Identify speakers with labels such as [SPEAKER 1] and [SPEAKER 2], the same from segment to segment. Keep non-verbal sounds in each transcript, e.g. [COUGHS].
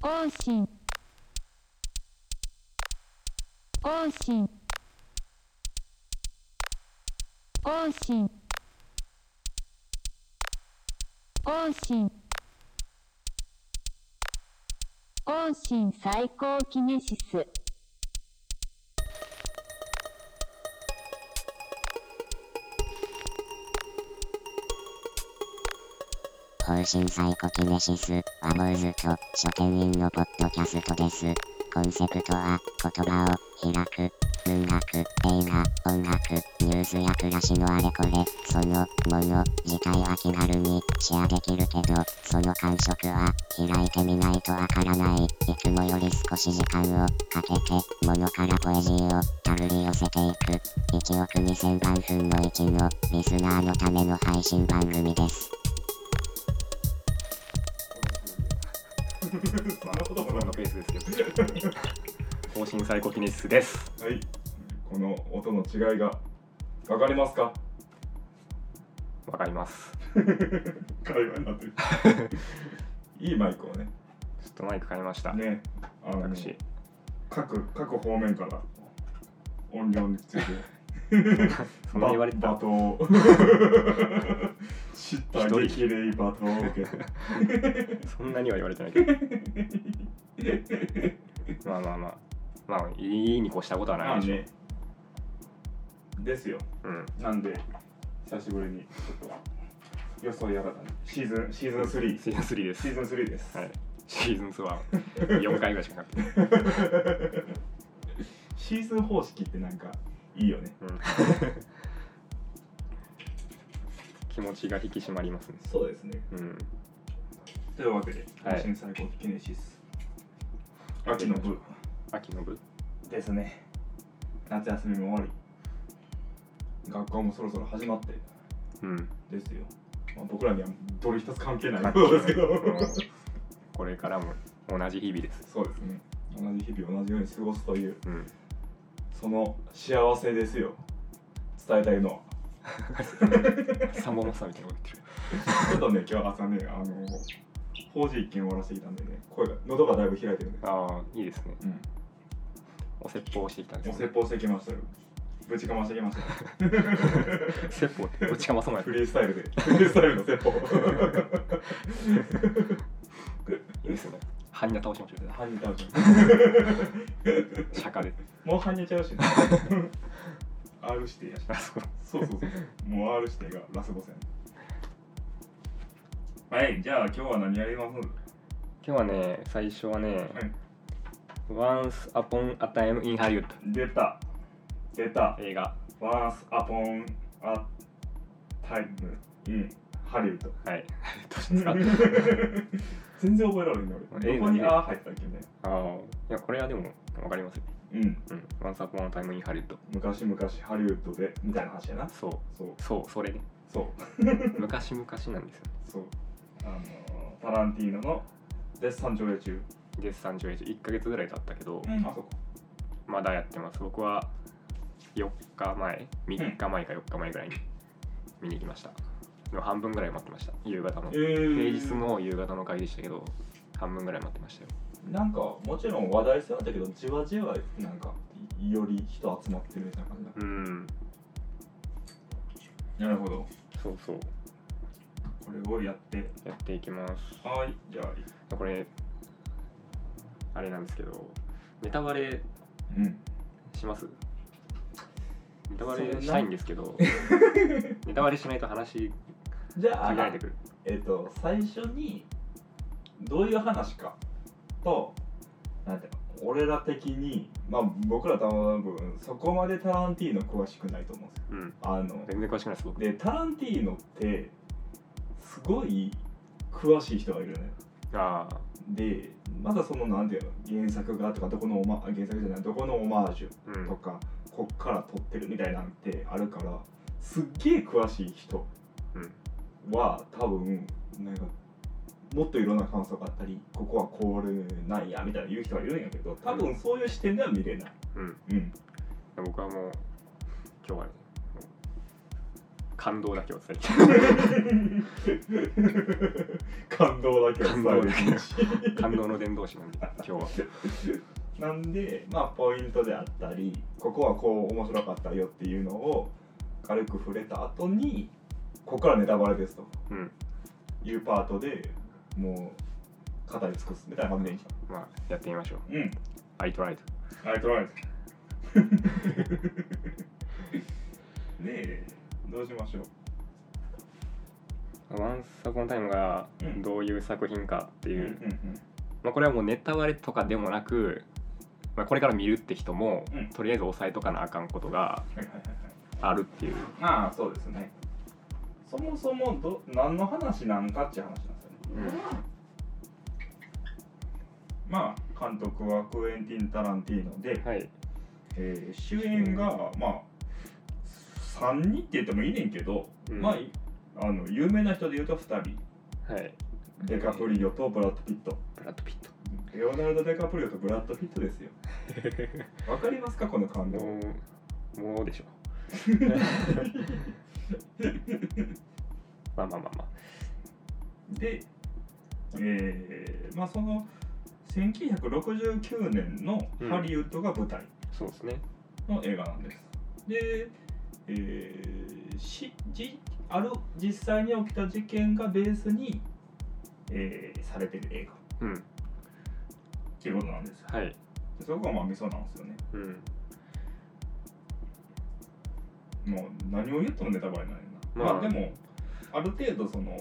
[SPEAKER 1] 更新更新更新更新更新最高キネシス
[SPEAKER 2] 更新サイコキネシス、ワモーズと書店員のポッドキャストです。コンセプトは、言葉を開く、文学、映画、音楽、ニュースや暮らしのあれこれ、そのもの自体は気軽にシェアできるけど、その感触は開いてみないとわからない。いつもより少し時間をかけて、ものからポエジーをたぐり寄せていく、1億2000万分の1のリスナーのための配信番組です。
[SPEAKER 3] そんなことも
[SPEAKER 4] こ
[SPEAKER 3] な
[SPEAKER 4] の
[SPEAKER 3] く
[SPEAKER 4] ペースですけど。更新最高記念室です。
[SPEAKER 3] はいこの音の違いがわかりますか
[SPEAKER 4] わかります。
[SPEAKER 3] 会話になってるいいマイクをね
[SPEAKER 4] ちょっとマイク変えました。
[SPEAKER 3] ねあの
[SPEAKER 4] 私。
[SPEAKER 3] 各各方面から音量について
[SPEAKER 4] [LAUGHS] そんな言われてた
[SPEAKER 3] ば罵倒 [LAUGHS] 知った激励罵倒を受けて
[SPEAKER 4] [LAUGHS] そんなには言われてないけど。 [LAUGHS] まあまあまあ。まあ、いいに越したことは
[SPEAKER 3] ま
[SPEAKER 4] な
[SPEAKER 3] あ
[SPEAKER 4] いでしょ。
[SPEAKER 3] ねですよ
[SPEAKER 4] うん。
[SPEAKER 3] なんで久しぶりにちょっと予想やらだねシーズンシーズン3
[SPEAKER 4] シーズン3です。
[SPEAKER 3] シーズン3です、
[SPEAKER 4] はい。シーズン2は4回ぐらいしかなくて。
[SPEAKER 3] シーズン方式ってなんかいいよね
[SPEAKER 4] うん [LAUGHS] 気持ちが引き締まりますね。
[SPEAKER 3] そうですね
[SPEAKER 4] うん。
[SPEAKER 3] というわけで
[SPEAKER 4] はい
[SPEAKER 3] 新最高記念シス、秋の部
[SPEAKER 4] 秋の部
[SPEAKER 3] ですね夏休みも終わり学校もそろそろ始まって
[SPEAKER 4] うん。
[SPEAKER 3] ですよ、まあ、僕らにはどれ一つ関係ない
[SPEAKER 4] 関
[SPEAKER 3] こ
[SPEAKER 4] 係な
[SPEAKER 3] とで
[SPEAKER 4] い
[SPEAKER 3] すけど
[SPEAKER 4] うんこれからも同じ日々です。
[SPEAKER 3] そうですね同じ日々同じように過ごすという
[SPEAKER 4] うん。
[SPEAKER 3] その幸せですよ伝えたいのは
[SPEAKER 4] サンボマスターみたいなこと言ってる。
[SPEAKER 3] ちょっとね今日朝ねあの法事一件終わらせてきたんでね声が喉がだいぶ開いてるね
[SPEAKER 4] ああ、いいですね。
[SPEAKER 3] うん
[SPEAKER 4] お説法をしてきたんで
[SPEAKER 3] お
[SPEAKER 4] すね、
[SPEAKER 3] 説法してきましたよぶちかましてきました
[SPEAKER 4] 説法ってどっちかまそうもや
[SPEAKER 3] フリースタイル [LAUGHS] でフリースタイルの説法
[SPEAKER 4] いいですね半ニ倒しましょ
[SPEAKER 3] 半日倒し
[SPEAKER 4] う釈迦で
[SPEAKER 3] [LAUGHS] もう半日ちゃうしね [LAUGHS] R 指定やし
[SPEAKER 4] あそう
[SPEAKER 3] そうそうそうもう R 指定がラスボスやねはいじゃあ今日は何やります
[SPEAKER 4] 今日はね最初はね
[SPEAKER 3] はい
[SPEAKER 4] 「Once Upon a Time in Hollywood
[SPEAKER 3] 出た出た」
[SPEAKER 4] 映画
[SPEAKER 3] Once upon a time in Hollywood
[SPEAKER 4] はいどうしますか
[SPEAKER 3] [LAUGHS] 全然覚えられない俺
[SPEAKER 4] 映画ね
[SPEAKER 3] どこにあー入ったっけね
[SPEAKER 4] ああいやこれはでもわかりますよ
[SPEAKER 3] うん
[SPEAKER 4] うん「Once Upon a Time in Hollywood
[SPEAKER 3] 昔々ハリウッドでみたいな話やな」
[SPEAKER 4] そう
[SPEAKER 3] そう
[SPEAKER 4] そうそれね
[SPEAKER 3] そう
[SPEAKER 4] 昔々なんですよ
[SPEAKER 3] そうあのータランティーノの絶賛上映中
[SPEAKER 4] デス31 1ヶ月ぐらい経ったけど
[SPEAKER 3] うんあそこ
[SPEAKER 4] まだやってます僕は4日前3日前か4日前ぐらいに見に行きましたでも半分ぐらい待ってました夕方の
[SPEAKER 3] えー
[SPEAKER 4] 平日の夕方の会でしたけど半分ぐらい待ってましたよ
[SPEAKER 3] なんかもちろん話題性はあったけどじわじわなんかより人集まってるみたいな感じだ
[SPEAKER 4] うん
[SPEAKER 3] なるほど
[SPEAKER 4] そうそう
[SPEAKER 3] これをやって
[SPEAKER 4] やっていきます
[SPEAKER 3] はいじゃあ
[SPEAKER 4] これあれなんですけどネタバレ
[SPEAKER 3] うん
[SPEAKER 4] しますネタバレしたいんですけ [LAUGHS] どネタバレしないと話
[SPEAKER 3] じゃ
[SPEAKER 4] 限られ
[SPEAKER 3] あ
[SPEAKER 4] てくる
[SPEAKER 3] えっ、と最初にどういう話かとなんていうの俺ら的にまあ僕ら多分そこまでタランティーノ詳しくないと思うんですよ
[SPEAKER 4] うん
[SPEAKER 3] あの
[SPEAKER 4] 全然詳しくないです僕
[SPEAKER 3] でタランティーノってすごい詳しい人がいるよね
[SPEAKER 4] ああ
[SPEAKER 3] でまだそのなんていうの原作がとかどこのオマ原作じゃないどこのオマージ
[SPEAKER 4] う
[SPEAKER 3] ュと
[SPEAKER 4] ん
[SPEAKER 3] か、こっから撮ってるみたいなんてあるからすっげえ詳しい人
[SPEAKER 4] うん
[SPEAKER 3] は多分なんかもっといろんな感想があったりここはこれなんやみたいな言う人がいるんやけど多分そういう視点では見れない、
[SPEAKER 4] うん
[SPEAKER 3] うん、
[SPEAKER 4] 僕はもう今日はねもう感動だけを伝
[SPEAKER 3] 感動だ
[SPEAKER 4] [LAUGHS]
[SPEAKER 3] けを伝える
[SPEAKER 4] 感動だけ
[SPEAKER 3] 一日
[SPEAKER 4] えて感動の伝道師なんで今日は
[SPEAKER 3] なんでまあポイントであったりここはこう面白かったよっていうのを軽く触れた後にここからネタバレですと
[SPEAKER 4] うん
[SPEAKER 3] いうパートでもう語り尽くすみたいな感じでいいんじ
[SPEAKER 4] まあやってみましょ
[SPEAKER 3] ゃ
[SPEAKER 4] う
[SPEAKER 3] んうん
[SPEAKER 4] I tried
[SPEAKER 3] はい、取られた。 [LAUGHS] ねえ、どうしましょう。
[SPEAKER 4] Once Upon a Time が
[SPEAKER 3] うん
[SPEAKER 4] どういう作品かって
[SPEAKER 3] う
[SPEAKER 4] いう、
[SPEAKER 3] ん
[SPEAKER 4] まあ、これはもうネタバレとかでもなく、まあ、これから見るって人も、
[SPEAKER 3] うん
[SPEAKER 4] とりあえず押さえとかなあかんことが
[SPEAKER 3] はいはいはいはい。
[SPEAKER 4] あるっていう
[SPEAKER 3] まあ、そうですね。そもそもど何の話なんかっていう話なんですよね。まあ、監督はクエンティン・タランティーノで、
[SPEAKER 4] はい
[SPEAKER 3] えー主演が、まあ、3人って言ってもいいねんけど、
[SPEAKER 4] うん
[SPEAKER 3] まあい、あの有名な人で言うと2人、
[SPEAKER 4] はい
[SPEAKER 3] デカプリオとブラッド・ピット。
[SPEAKER 4] ブラッド・ピット
[SPEAKER 3] レオナルド・デカプリオとブラッド・ピット
[SPEAKER 4] [LAUGHS]
[SPEAKER 3] ですよ。わかりますかこの感動。
[SPEAKER 4] もうも
[SPEAKER 3] [LAUGHS]
[SPEAKER 4] うでしょまあまあまあま
[SPEAKER 3] で、えーまあその1969年のハリウッドが舞台
[SPEAKER 4] あそうですね
[SPEAKER 3] の映画なんです。で、えーしじある実際に起きた事件がベースに、えーされてる映画
[SPEAKER 4] うん
[SPEAKER 3] っていうことなんですよ。
[SPEAKER 4] はい
[SPEAKER 3] でそこがまあミソなんですよね。
[SPEAKER 4] うん
[SPEAKER 3] もう何を言ってもネタバレになるな、
[SPEAKER 4] まあ
[SPEAKER 3] まあでもある程度その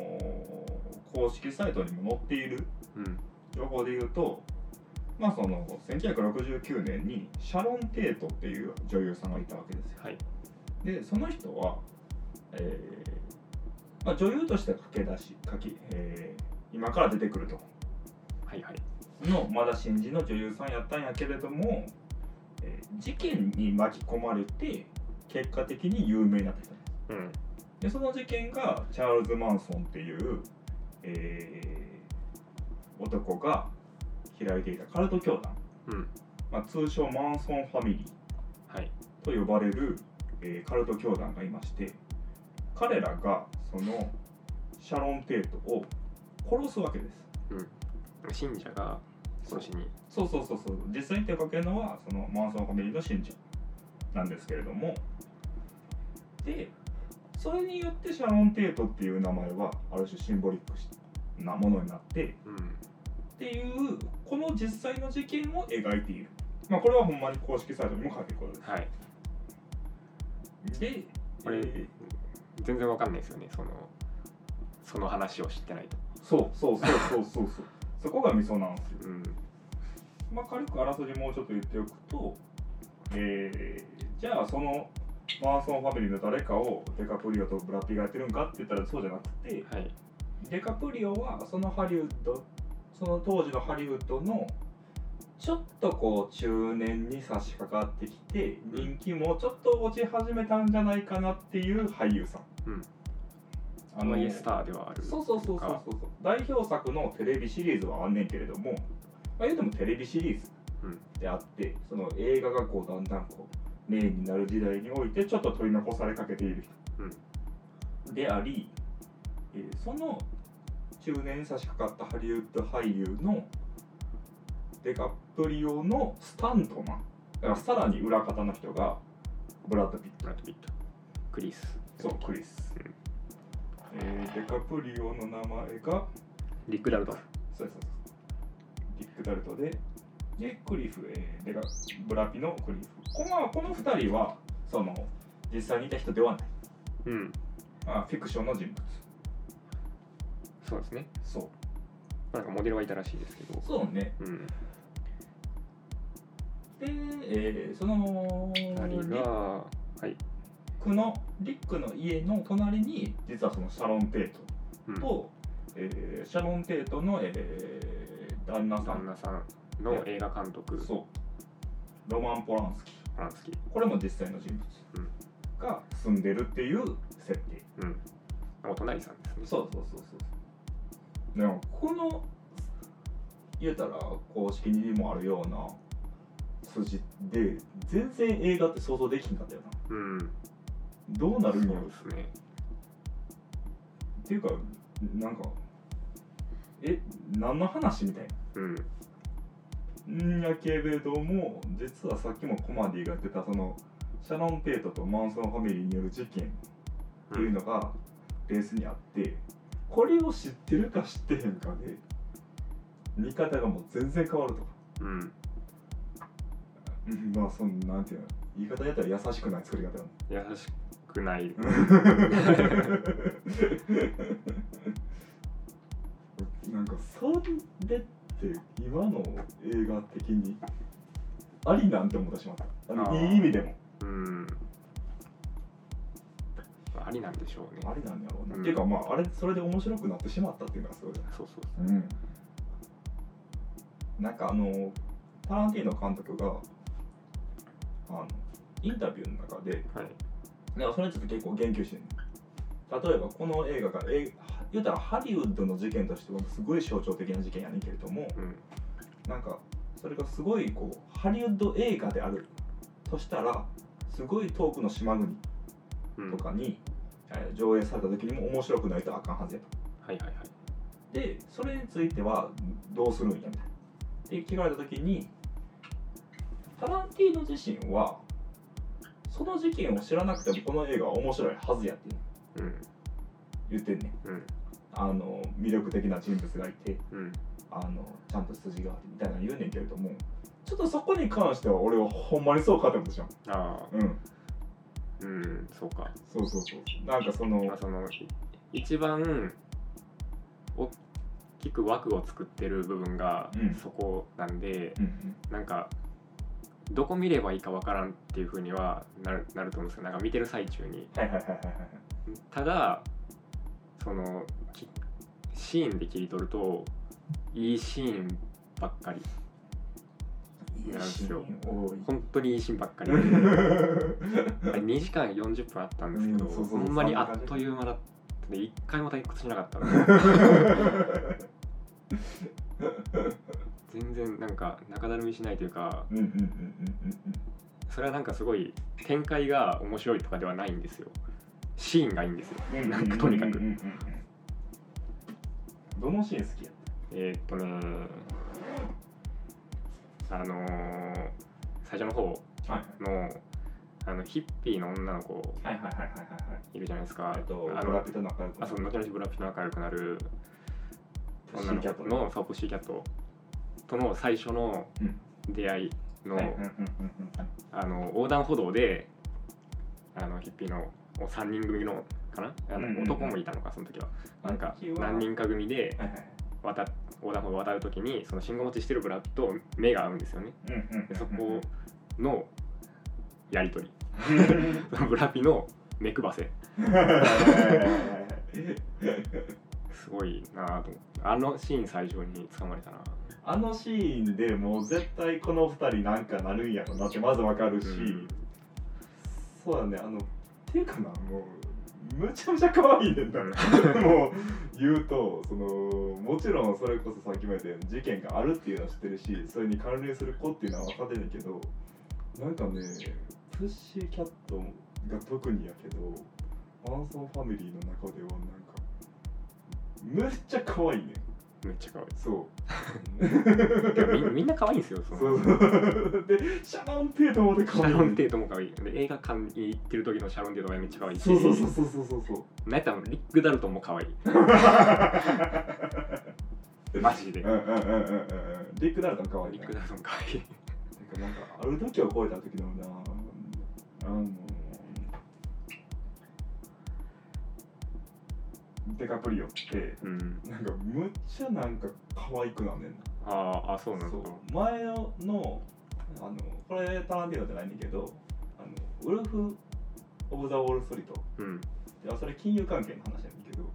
[SPEAKER 3] 公式サイトにも載っている
[SPEAKER 4] うん
[SPEAKER 3] 情報で言うとまあその1969年にシャロン・テイトっていう女優さんがいたわけですよ
[SPEAKER 4] はい
[SPEAKER 3] でその人は、えーまあ、女優として駆け出し書き、えー今から出てくると
[SPEAKER 4] はいはい
[SPEAKER 3] のまだ新人の女優さんやったんやけれども、えー事件に巻き込まれて結果的に有名になってきた
[SPEAKER 4] うん
[SPEAKER 3] でその事件がチャールズ・マンソンっていう、えー男が開いていたカルト教団、
[SPEAKER 4] うん
[SPEAKER 3] まあ、通称マンソンファミリー
[SPEAKER 4] はい
[SPEAKER 3] と呼ばれる、えーカルト教団がいまして彼らがそのシャロン・テイトを殺すわけです
[SPEAKER 4] うん信者が殺しに
[SPEAKER 3] そうそうそうそう実際に手をかけるのはそのマンソンファミリーの信者なんですけれどもでそれによってシャロン・テイトっていう名前はある種シンボリックなものになってっ
[SPEAKER 4] うん
[SPEAKER 3] ていうこの実際の事件を描いているまあこれはほんまに公式サイトにも書いてることで
[SPEAKER 4] はい
[SPEAKER 3] すで
[SPEAKER 4] これ
[SPEAKER 3] えー
[SPEAKER 4] 全然わかんないですよねそのその話を知ってないと
[SPEAKER 3] そうそうそうそうそうそうそこがミソなんですよ
[SPEAKER 4] うん
[SPEAKER 3] まあ、軽くあらすじもうちょっと言っておくと、えーじゃあそのマンソンファミリーの誰かをデカプリオとブラピがやってるんかって言ったらそうじゃなくて
[SPEAKER 4] はい
[SPEAKER 3] デカプリオはそのハリウッドその当時のハリウッドのちょっとこう中年に差し掛かってきて人気もちょっと落ち始めたんじゃないかなっていう俳優さん。
[SPEAKER 4] うん
[SPEAKER 3] あ
[SPEAKER 4] あ
[SPEAKER 3] の
[SPEAKER 4] のイエスターではある
[SPEAKER 3] そうそうそうそうそうそう代表作のテレビシリーズはあんねんけれども、まあ、言うてもテレビシリーズ
[SPEAKER 4] うん
[SPEAKER 3] であってその映画がこうだんだんこうメインになる時代においてちょっと取り残されかけている人であり、えーその中年に差し掛かったハリウッド俳優のデカプリオのスタントマンだからさらに裏方の人がブラッド・ピッ
[SPEAKER 4] ブラッド・ピットクリス
[SPEAKER 3] トそうクリス
[SPEAKER 4] うん、
[SPEAKER 3] えーデカプリオの名前が
[SPEAKER 4] リック・ダルトン
[SPEAKER 3] そうそうそうリック・ダルトででクリフ、えー、でがブラピのクリフこ,、まあ、この2人はその実際にいた人ではない、
[SPEAKER 4] うん
[SPEAKER 3] まあ、フィクションの人物
[SPEAKER 4] そうですね
[SPEAKER 3] そう
[SPEAKER 4] なんかモデルがいたらしいですけど
[SPEAKER 3] そうね
[SPEAKER 4] うん
[SPEAKER 3] で、えーそのリ
[SPEAKER 4] 二人
[SPEAKER 3] ッ
[SPEAKER 4] がはい
[SPEAKER 3] クのリックの家の隣に実はそのシャロン・テイ
[SPEAKER 4] うん
[SPEAKER 3] トと、えーシャロン・テイトの、えー旦那さ
[SPEAKER 4] 旦
[SPEAKER 3] ん
[SPEAKER 4] 那さんの映画監督フ
[SPEAKER 3] そうロマン・ポランスキー
[SPEAKER 4] ランスキー
[SPEAKER 3] これも実際の人
[SPEAKER 4] うん
[SPEAKER 3] 物が住んでるっていう設定
[SPEAKER 4] うんお隣さんですね
[SPEAKER 3] そうそうそうそうでもこの言うたら公式にもあるような筋で全然映画って想像できひんかったよな
[SPEAKER 4] うん
[SPEAKER 3] どうな
[SPEAKER 4] そう
[SPEAKER 3] るんやろ
[SPEAKER 4] ですね
[SPEAKER 3] っていうかなんかえ何の話みたい
[SPEAKER 4] うん
[SPEAKER 3] なんやけれども実はさっきもコマディが出たそのシャロン・ペイトとマンソンファミリーによる事件っていうのがベースにあってこれを知ってるか知ってへんかで見方がもう全然変わるとか
[SPEAKER 4] うん
[SPEAKER 3] うんまあそのなんていうの言い方やったら優しくない作り方なの
[SPEAKER 4] [LAUGHS] 優しくない
[SPEAKER 3] なんかそれって今の映画的にありなんて思ってしまったあの
[SPEAKER 4] あー
[SPEAKER 3] いい意味でも
[SPEAKER 4] うんありなんでしょうね
[SPEAKER 3] ありなんやろうな、
[SPEAKER 4] うん
[SPEAKER 3] っていうかまああれそれで面白くなってしまったっていうのがすごい
[SPEAKER 4] そうそう
[SPEAKER 3] うんなんかあのタランティーノ監督があのインタビューの中で
[SPEAKER 4] そうはい
[SPEAKER 3] なんかそれについて結構言及してんねん例えばこの映画がえ言うたらハリウッドの事件としてはすごい象徴的な事件やねんけれども
[SPEAKER 4] うん
[SPEAKER 3] なんかそれがすごいこうハリウッド映画であるとしたらすごい遠くの島国
[SPEAKER 4] うん
[SPEAKER 3] とかに、えー上映された時にも面白くないとあかんはずやと。
[SPEAKER 4] はいはいはい
[SPEAKER 3] でそれについてはどうするんやみたいな。で聞かれた時にタランティーノ自身はその事件を知らなくてもこの映画は面白いはずやっていうのを
[SPEAKER 4] うん
[SPEAKER 3] 言ってんねん
[SPEAKER 4] うん
[SPEAKER 3] あの魅力的な人物がいて
[SPEAKER 4] うん
[SPEAKER 3] あのちゃんと筋があってみたいなの言うねんけれどもちょっとそこに関しては俺はほんまにそうかって思ってしま
[SPEAKER 4] ああ
[SPEAKER 3] ううん
[SPEAKER 4] うんそうか
[SPEAKER 3] そうそうそうなんかその
[SPEAKER 4] まあ、そのい一番大きく枠を作ってる部分が
[SPEAKER 3] うん
[SPEAKER 4] そこなんで、
[SPEAKER 3] うん
[SPEAKER 4] なんかどこ見ればいいかわからんっていうふうにはなるなると思うんですけどなんか見てる最中に
[SPEAKER 3] はいはいはいはいはい
[SPEAKER 4] ただそのきシーンで切り取るといいシーンばっかり
[SPEAKER 3] い
[SPEAKER 4] いや
[SPEAKER 3] シ
[SPEAKER 4] す
[SPEAKER 3] ー
[SPEAKER 4] よ
[SPEAKER 3] ン多い
[SPEAKER 4] 本当にいいシーンばっか
[SPEAKER 3] [LAUGHS]
[SPEAKER 4] りあれ2時間40分あったんですけど、
[SPEAKER 3] うんそうそう
[SPEAKER 4] ほんまにあっという間だったで一回も退屈しなかったの全然なんか中だるみしないというか
[SPEAKER 3] うんうんうんうん
[SPEAKER 4] それはなんかすごい展開が面白いとかではないんですよシーンがいいんですよ
[SPEAKER 3] うんうん
[SPEAKER 4] なんかとにかく
[SPEAKER 3] うんうんうんうんどのシーン好きやっ
[SPEAKER 4] えーっとねあのー最初の方
[SPEAKER 3] たはい
[SPEAKER 4] のあのヒッピーの女の子
[SPEAKER 3] はいはいはいはいはいはい
[SPEAKER 4] いるじゃないですか
[SPEAKER 3] えっと
[SPEAKER 4] あ
[SPEAKER 3] ブラ
[SPEAKER 4] の
[SPEAKER 3] ピと仲良くな
[SPEAKER 4] あ
[SPEAKER 3] る
[SPEAKER 4] そう後々ブラピと仲良くなる
[SPEAKER 3] プッシ
[SPEAKER 4] 女
[SPEAKER 3] ー
[SPEAKER 4] の
[SPEAKER 3] キャット
[SPEAKER 4] 子のそうプッシーキャットとの最初の
[SPEAKER 3] うん
[SPEAKER 4] 出会いの、
[SPEAKER 3] はいうんうんうんうんうん
[SPEAKER 4] あの横断歩道であのヒッピーのお3人組のかなあの、
[SPEAKER 3] うんうんうん
[SPEAKER 4] 男もいたのかその時はなんか
[SPEAKER 3] 時は
[SPEAKER 4] 何人か組で
[SPEAKER 3] はいはい
[SPEAKER 4] 渡っ横断歩道を渡る時にその信号待ちしてるブラックと目が合うんですよね
[SPEAKER 3] うんうんうんう
[SPEAKER 4] で
[SPEAKER 3] ん
[SPEAKER 4] そこのやり [LAUGHS] 取りブラピの目くばせすごいなぁと思ってあのシーン最初に捕まれたな
[SPEAKER 3] [LAUGHS] あのシーンでもう絶対この2人なんかなるんやろなってまずわかるし、
[SPEAKER 4] うん
[SPEAKER 3] そうだねあのていうかなもうむちゃむちゃ可愛いねん
[SPEAKER 4] [LAUGHS]
[SPEAKER 3] なもう言うとそのもちろんそれこそさっきも言ったように事件があるっていうのは知ってるしそれに関連する子っていうのは分かってんねんけどなんかねプッシーキャットが特にやけどマンソンファミリーの中ではなんかむっちゃ可愛いねん
[SPEAKER 4] めっちゃ可愛
[SPEAKER 3] そう
[SPEAKER 4] [LAUGHS] いてか
[SPEAKER 3] [LAUGHS]
[SPEAKER 4] みみんな可愛いんですよそ
[SPEAKER 3] そ
[SPEAKER 4] の
[SPEAKER 3] うそう [LAUGHS] でシャロン・テイトまで
[SPEAKER 4] シ
[SPEAKER 3] 可愛い
[SPEAKER 4] ャロン・テイトも可愛いで映画館に行ってる時のシャロン・テイトがめっちゃ可愛いし
[SPEAKER 3] そうそうそうそうそうそうそう
[SPEAKER 4] なんやったらリック・ダルトン
[SPEAKER 3] [LAUGHS]
[SPEAKER 4] も可愛いマジで
[SPEAKER 3] うんうんうんうんうんリック・ダルトン可愛い
[SPEAKER 4] リッ
[SPEAKER 3] な
[SPEAKER 4] ク・ダルトン可愛い
[SPEAKER 3] なんかなんかある時を超えた時だよなあのデカプリオって
[SPEAKER 4] うん
[SPEAKER 3] なんかむっちゃなんか可愛くなんねんな
[SPEAKER 4] あーあそうなんだ
[SPEAKER 3] そう前のあのこれタランティーノじゃないんだけどあのウルフ・オブ・ザ・ウォール・ストリート
[SPEAKER 4] うん
[SPEAKER 3] いやそれ金融関係の話やねんけどもう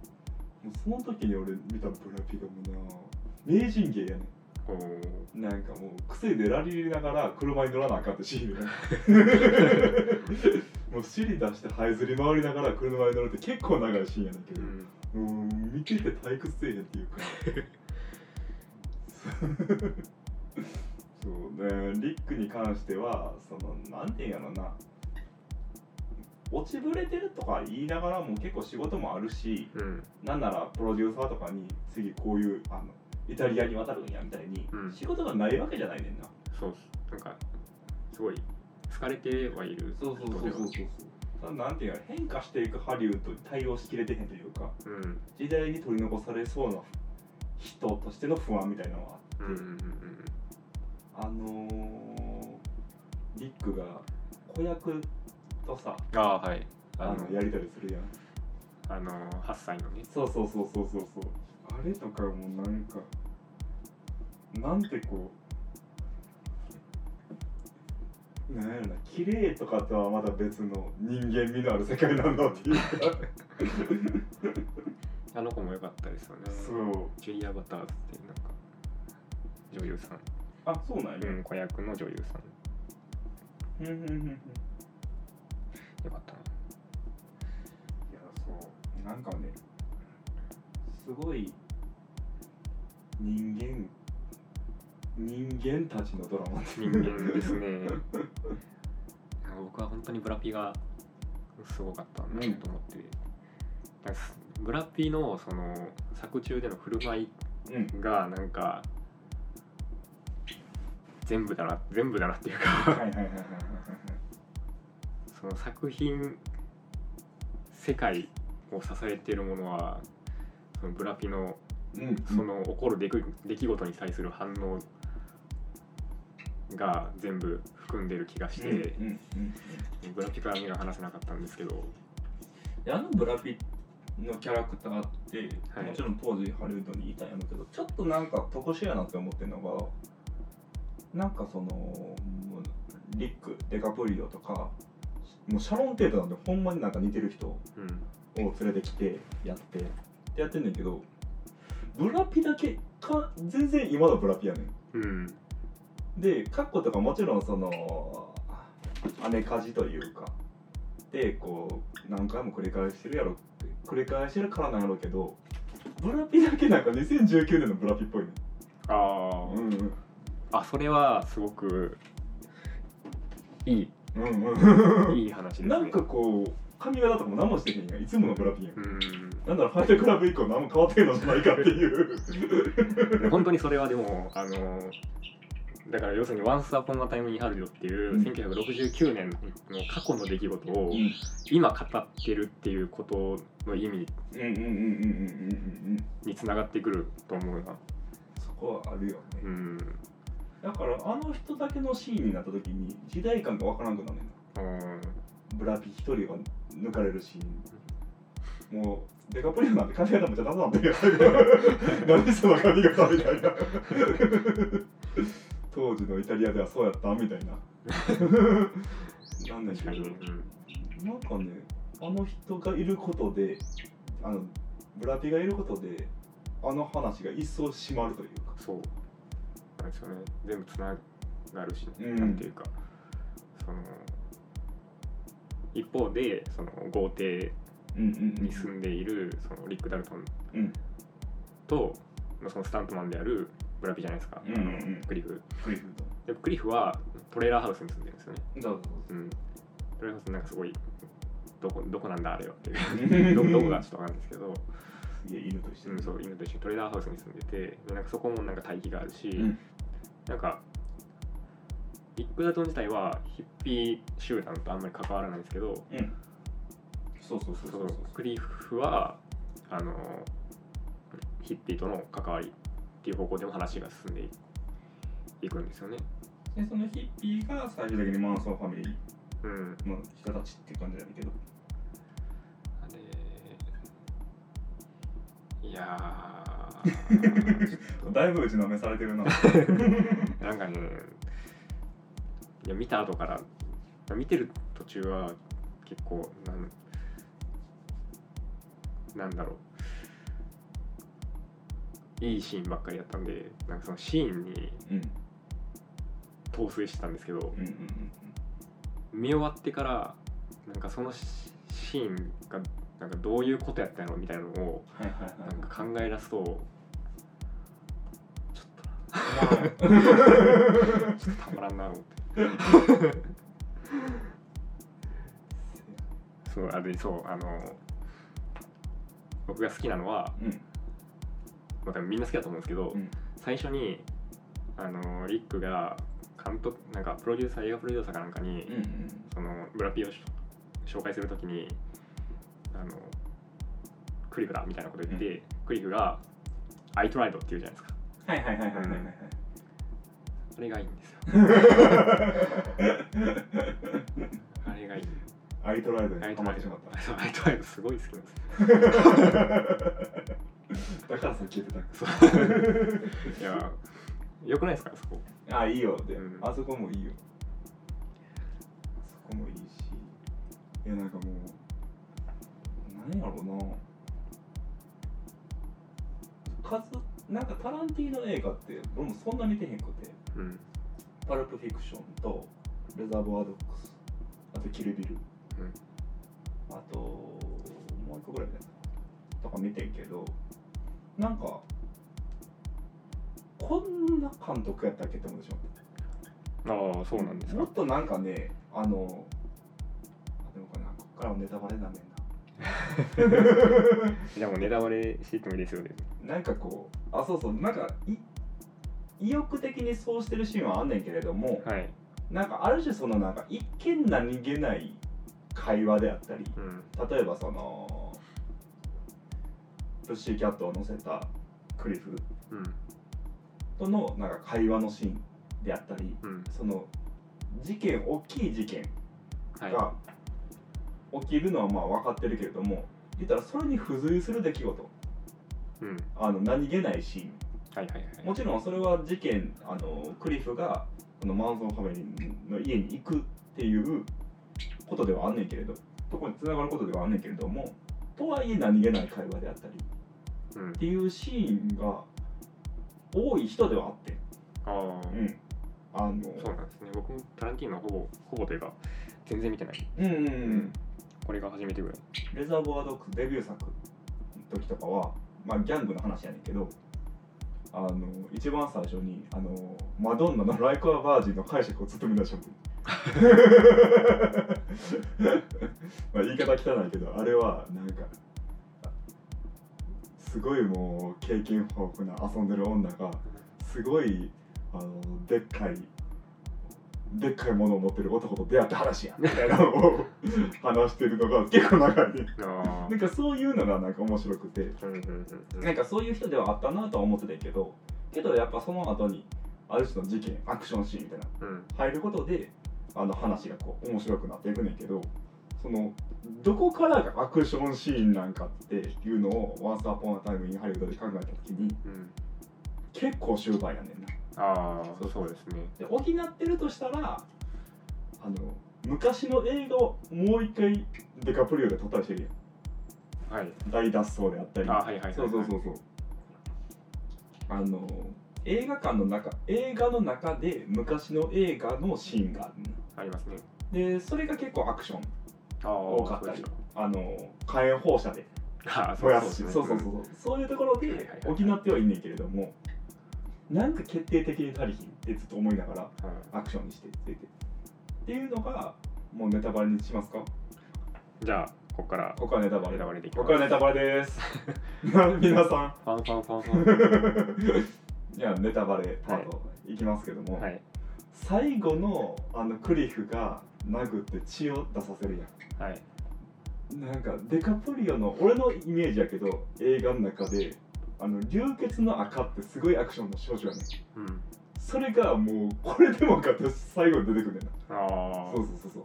[SPEAKER 3] その時に俺見たブラピがもうな名人芸やね
[SPEAKER 4] おー
[SPEAKER 3] んなんかもう癖でラリりながら車に乗らなあかんってシーンや
[SPEAKER 4] [LAUGHS]
[SPEAKER 3] ねもう尻出して這いずり回りながら車に乗るって結構長いシーンやねんけ
[SPEAKER 4] う
[SPEAKER 3] ど、
[SPEAKER 4] ん
[SPEAKER 3] もう見てて退屈せえへんっていう
[SPEAKER 4] [LAUGHS]
[SPEAKER 3] かそうねリックに関してはそのなんていうんやろな落ちぶれてるとか言いながらも結構仕事もあるし
[SPEAKER 4] うん
[SPEAKER 3] なんならプロデューサーとかに次こういうあのイタリアに渡るんやみたいに、
[SPEAKER 4] うん
[SPEAKER 3] 仕事がないわけじゃないねんな
[SPEAKER 4] そうっすなんかすごい好かれてはいる
[SPEAKER 3] そうそうそうそうそうただなんていうの変化していくハリウッドに対応しきれてへんというか
[SPEAKER 4] ううん
[SPEAKER 3] 時代に取り残されそうな人としての不安みたいなのはあっ
[SPEAKER 4] うんうん
[SPEAKER 3] て、
[SPEAKER 4] うんうん
[SPEAKER 3] あのー、リックが子役とさ
[SPEAKER 4] ああはいあ
[SPEAKER 3] あ
[SPEAKER 4] の
[SPEAKER 3] のやりたりするやん
[SPEAKER 4] あの8歳のね
[SPEAKER 3] そうそうそうそうそうそうあれとかもなんかなんてこうなんやろな綺麗とかとはまた別の人間味のある世界なんだっていうか
[SPEAKER 4] あの子も良かったですよね
[SPEAKER 3] [LAUGHS] そう
[SPEAKER 4] ジュリア・バターズっていうなんか女優さん
[SPEAKER 3] あそうなんや
[SPEAKER 4] うん子役の女優さん
[SPEAKER 3] ふんふんふんふんい
[SPEAKER 4] よかったな
[SPEAKER 3] やそうなんかねすごい人間人間たちのドラマ
[SPEAKER 4] 人間です [LAUGHS] ねいや僕は本当にブラピがすごかったなと思って、だからブラピのその作中での振る舞い
[SPEAKER 3] うん
[SPEAKER 4] がなんか全部だな全部だなっていうか [LAUGHS]
[SPEAKER 3] はいはいはいはいはいはい
[SPEAKER 4] その作品世界を支えているものはそのブラピの
[SPEAKER 3] うんうん
[SPEAKER 4] その起こる出来出来事に対する反応が全部含んでる気がして、
[SPEAKER 3] うんうんうん
[SPEAKER 4] ブラピから目が離せなかったんですけど
[SPEAKER 3] であのブラピのキャラクターって、
[SPEAKER 4] はい
[SPEAKER 3] もちろん当時ハリウッドにいたんやろうけどちょっとなんか特殊やなって思ってるのがなんかそのもうリックデカプリオとかもうシャロン・テートなんでほんまになんか似てる人を
[SPEAKER 4] うん
[SPEAKER 3] 連れてきてやってってやってんねんけどブラピだけか全然今のブラピやねん。
[SPEAKER 4] うん
[SPEAKER 3] でカッコとかもちろんその姉かじというかでこう何回も繰り返してるやろ繰り返してるからなんやろうけどブラピだけなんか2019年のブラピっぽいね
[SPEAKER 4] あー、
[SPEAKER 3] んうん
[SPEAKER 4] あそれはすごくい [COUGHS] い
[SPEAKER 3] うん
[SPEAKER 4] いい話ですね
[SPEAKER 3] なんかこう髪型とかも何もしてへんやんいつものブラピやん
[SPEAKER 4] う
[SPEAKER 3] なんならファイトクラブ以降何も変わってへんのじゃないかっていう [LAUGHS]
[SPEAKER 4] ん本当にそれはでもあのだから要するに「Once Upon a Time in Hollywood」っていう
[SPEAKER 3] うん
[SPEAKER 4] 1969年の過去の出来事
[SPEAKER 3] ん
[SPEAKER 4] を今語ってるっていうことの意味
[SPEAKER 3] うんうんうんうんうんうんうん
[SPEAKER 4] につながってくると思うな
[SPEAKER 3] そこはあるよね、
[SPEAKER 4] うん
[SPEAKER 3] だからあの人だけのシーンになった時に時代感がわからんくなるねんな
[SPEAKER 4] うん
[SPEAKER 3] ブラピ一人は抜かれるし、もうデカプリオなんて髪型めっちゃダサなんだけど何その髪型みたいな当時のイタリアではそうやったみたいななんない
[SPEAKER 4] 確
[SPEAKER 3] け
[SPEAKER 4] か
[SPEAKER 3] ど
[SPEAKER 4] に、うん
[SPEAKER 3] なんかねあの人がいることであのブラピがいることであの話が一層締まるというか
[SPEAKER 4] そうなんですよね全部つながるし、
[SPEAKER 3] うん
[SPEAKER 4] なんていうかその一方でその豪邸
[SPEAKER 3] うんうん
[SPEAKER 4] に住んでいるそのリック・ダルトン
[SPEAKER 3] うん
[SPEAKER 4] と、まあそのスタントマンであるブラピじゃないですか、
[SPEAKER 3] うんうんうん
[SPEAKER 4] あのクリフ
[SPEAKER 3] クリフと
[SPEAKER 4] でクリフはトレーラーハウスに住んでるんですよね、
[SPEAKER 3] [LAUGHS] そう
[SPEAKER 4] うん、トレーラーハウスなんかすごいどこどこなんだあれはっていう
[SPEAKER 3] そう [LAUGHS] そう
[SPEAKER 4] どどこがちょっとわかんないですけど、
[SPEAKER 3] すげえ犬と一緒
[SPEAKER 4] うん、そう犬と一緒にトレーラーハウスに住んでてでなんかそこもなんか対比があるし、
[SPEAKER 3] うん
[SPEAKER 4] なんかビッグダトン自体はヒッピー集団とあんまり関わらないんですけど
[SPEAKER 3] うんそうそうそう
[SPEAKER 4] そ
[SPEAKER 3] そう
[SPEAKER 4] の
[SPEAKER 3] そう
[SPEAKER 4] クリフはあのヒッピーとの関わりっていう方向でも話が進んでいいくんですよね。
[SPEAKER 3] でそのヒッピーが最終的にマンソンファミリ
[SPEAKER 4] うん、
[SPEAKER 3] ーの人たちっていう感じなんだけど
[SPEAKER 4] でいやーちょっと
[SPEAKER 3] だいぶ打ちのめされてるな
[SPEAKER 4] なんかね、いや見た後から、見てる途中は結構なん、なんだろう、いいシーンばっかりだったんで、なんかそのシーンに
[SPEAKER 3] うん
[SPEAKER 4] 陶酔してたんですけど
[SPEAKER 3] う、んうん
[SPEAKER 4] 見終わってから、なんかそのシシーンが、なんかどういうことやったんやろみたいなのを、
[SPEAKER 3] はいはいは
[SPEAKER 4] なんか考え出すと、ちょっとな。
[SPEAKER 3] い
[SPEAKER 4] ちょっとたまらんなと思って。 [LAUGHS] そうあでそうあの僕が好きなのは、
[SPEAKER 3] うん
[SPEAKER 4] まあ、多分みんな好きだと思うんですけど、
[SPEAKER 3] うん
[SPEAKER 4] 最初にあのリックが監督なんかプロデューサー映画プロデューサーかなんかに、
[SPEAKER 3] うんうん
[SPEAKER 4] そのブラピをし紹介するときにあのクリフだみたいなこと言って、クリフが「I tried」って言うじゃないですか
[SPEAKER 3] はいはいはいはいはい
[SPEAKER 4] あれがいいんですよ
[SPEAKER 3] はい
[SPEAKER 4] あれがいい
[SPEAKER 3] アイトライド
[SPEAKER 4] 「I
[SPEAKER 3] に
[SPEAKER 4] tried
[SPEAKER 3] ハマってしまっ」
[SPEAKER 4] そう「I tried」すごい好きなんですよ
[SPEAKER 3] [LAUGHS] ただからさ消えてた
[SPEAKER 4] そう [LAUGHS] いやよくないですかそこ
[SPEAKER 3] あいいよって、
[SPEAKER 4] うん
[SPEAKER 3] あそこもいいよあそこもいいしいやなんかもうなんやろうな数なんかタランティーノ映画って俺もそんな見てへんくて
[SPEAKER 4] うん
[SPEAKER 3] パルプフィクションとレザーボアドックスあとキルビル、あともう一個ぐらいだよなとか見てんけどなんかこんな監督やったっけって思うでしょ
[SPEAKER 4] ああそうなんです
[SPEAKER 3] も
[SPEAKER 4] か
[SPEAKER 3] っとなんかねあのあでもこれなこっからはネタバレだねん
[SPEAKER 4] じゃあもうネタバレしていってもいいですよね [LAUGHS]
[SPEAKER 3] ななんかこうあそうそうなんかい意欲的にそうしてるシーンはあんねんけれども
[SPEAKER 4] はい
[SPEAKER 3] なんかある種そのなんか一見何気ない会話であったり
[SPEAKER 4] うん
[SPEAKER 3] 例えばそのプッシーキャットを乗せたクリフ
[SPEAKER 4] うん
[SPEAKER 3] とのなんか会話のシーンであったり
[SPEAKER 4] うん
[SPEAKER 3] その事件大きい事件
[SPEAKER 4] はい
[SPEAKER 3] が起きるのはまあ分かってるけれども言ったらそれに付随する出来事
[SPEAKER 4] うん
[SPEAKER 3] あの何気ないシーン
[SPEAKER 4] はいはいは
[SPEAKER 3] も
[SPEAKER 4] い
[SPEAKER 3] ちろんそれは事件あのクリフがこのマンソンファミリーの家に行くっていうことではあんねんけれどとこに繋がることではあんねんけれどもとはいえ何気ない会話であったりっ
[SPEAKER 4] うん
[SPEAKER 3] ていうシーンが多い人ではあって、
[SPEAKER 4] ああ
[SPEAKER 3] うん、あの
[SPEAKER 4] そうなんですね僕もタランティーノほぼほぼというか全然見てない
[SPEAKER 3] うんうんうん
[SPEAKER 4] これが初めてぐらい
[SPEAKER 3] レザーボアドックスデビュー作の時とかは、まあ、ギャングの話やねんけどあの一番最初にあのマドンナの「ライク・ア・バージン」の解釈を務めた職人まあ言い方汚いけどあれはなんかすごいもう経験豊富な遊んでる女がすごいあのでっかいでっかいものを持ってる男と出会った話やみたいなのを話してるのが結構長いね
[SPEAKER 4] ああ
[SPEAKER 3] なんかそういうのがなんか面白くて
[SPEAKER 4] うんうんうん
[SPEAKER 3] なんかそういう人ではあったなとは思ってたけどけどやっぱその後にある種の事件アクションシーンみたいなの
[SPEAKER 4] うん
[SPEAKER 3] 入ることであの話がこう面白くなっていくねんけどそのどこからがアクションシーンなんかっていうのを「Once Upon a Time in Hollywood」で考えた時に
[SPEAKER 4] うん
[SPEAKER 3] 結構終盤やねんな。
[SPEAKER 4] あ
[SPEAKER 3] そ
[SPEAKER 4] あ
[SPEAKER 3] う
[SPEAKER 4] そうですね
[SPEAKER 3] で補ってるとしたらあの昔の映画をもう一回デカプリオで撮ったりしてるやん
[SPEAKER 4] はい
[SPEAKER 3] 大脱走であったり
[SPEAKER 4] あはいはいはい
[SPEAKER 3] そうそうそうそうあの映画館の中映画の中で昔の映画のシーンがあるねん
[SPEAKER 4] ありますね
[SPEAKER 3] でそれが結構アクション
[SPEAKER 4] ああ
[SPEAKER 3] 多かったりあの火炎放射で
[SPEAKER 4] ああ
[SPEAKER 3] 燃やすし
[SPEAKER 4] そう
[SPEAKER 3] そうそうそう
[SPEAKER 4] う
[SPEAKER 3] そうそういうところで
[SPEAKER 4] はいはい
[SPEAKER 3] 補
[SPEAKER 4] はい
[SPEAKER 3] ってはいんねんけれどもなんか決定的に足りひんってずっと思いながら
[SPEAKER 4] ん
[SPEAKER 3] アクションにしてっててっていうのがもうネタバレにしますか
[SPEAKER 4] じゃあここから
[SPEAKER 3] ここはネタバレ
[SPEAKER 4] ネタ
[SPEAKER 3] こ
[SPEAKER 4] バレでいき
[SPEAKER 3] こ
[SPEAKER 4] ます
[SPEAKER 3] はネタバレです
[SPEAKER 4] [LAUGHS]
[SPEAKER 3] 皆さ
[SPEAKER 4] ファンファンファンファ
[SPEAKER 3] [LAUGHS] んいやネタバレパートいきますけども、
[SPEAKER 4] ンはい
[SPEAKER 3] 最後のあのクリフが殴って血を出させるや
[SPEAKER 4] はい
[SPEAKER 3] んなんかデカプリオの俺のイメージやけど映画の中であの流血の赤ってすごいアクションの少女やねん
[SPEAKER 4] うん
[SPEAKER 3] それがもうこれでもかって最後に出てくるねんな
[SPEAKER 4] あ
[SPEAKER 3] そうそうそうそ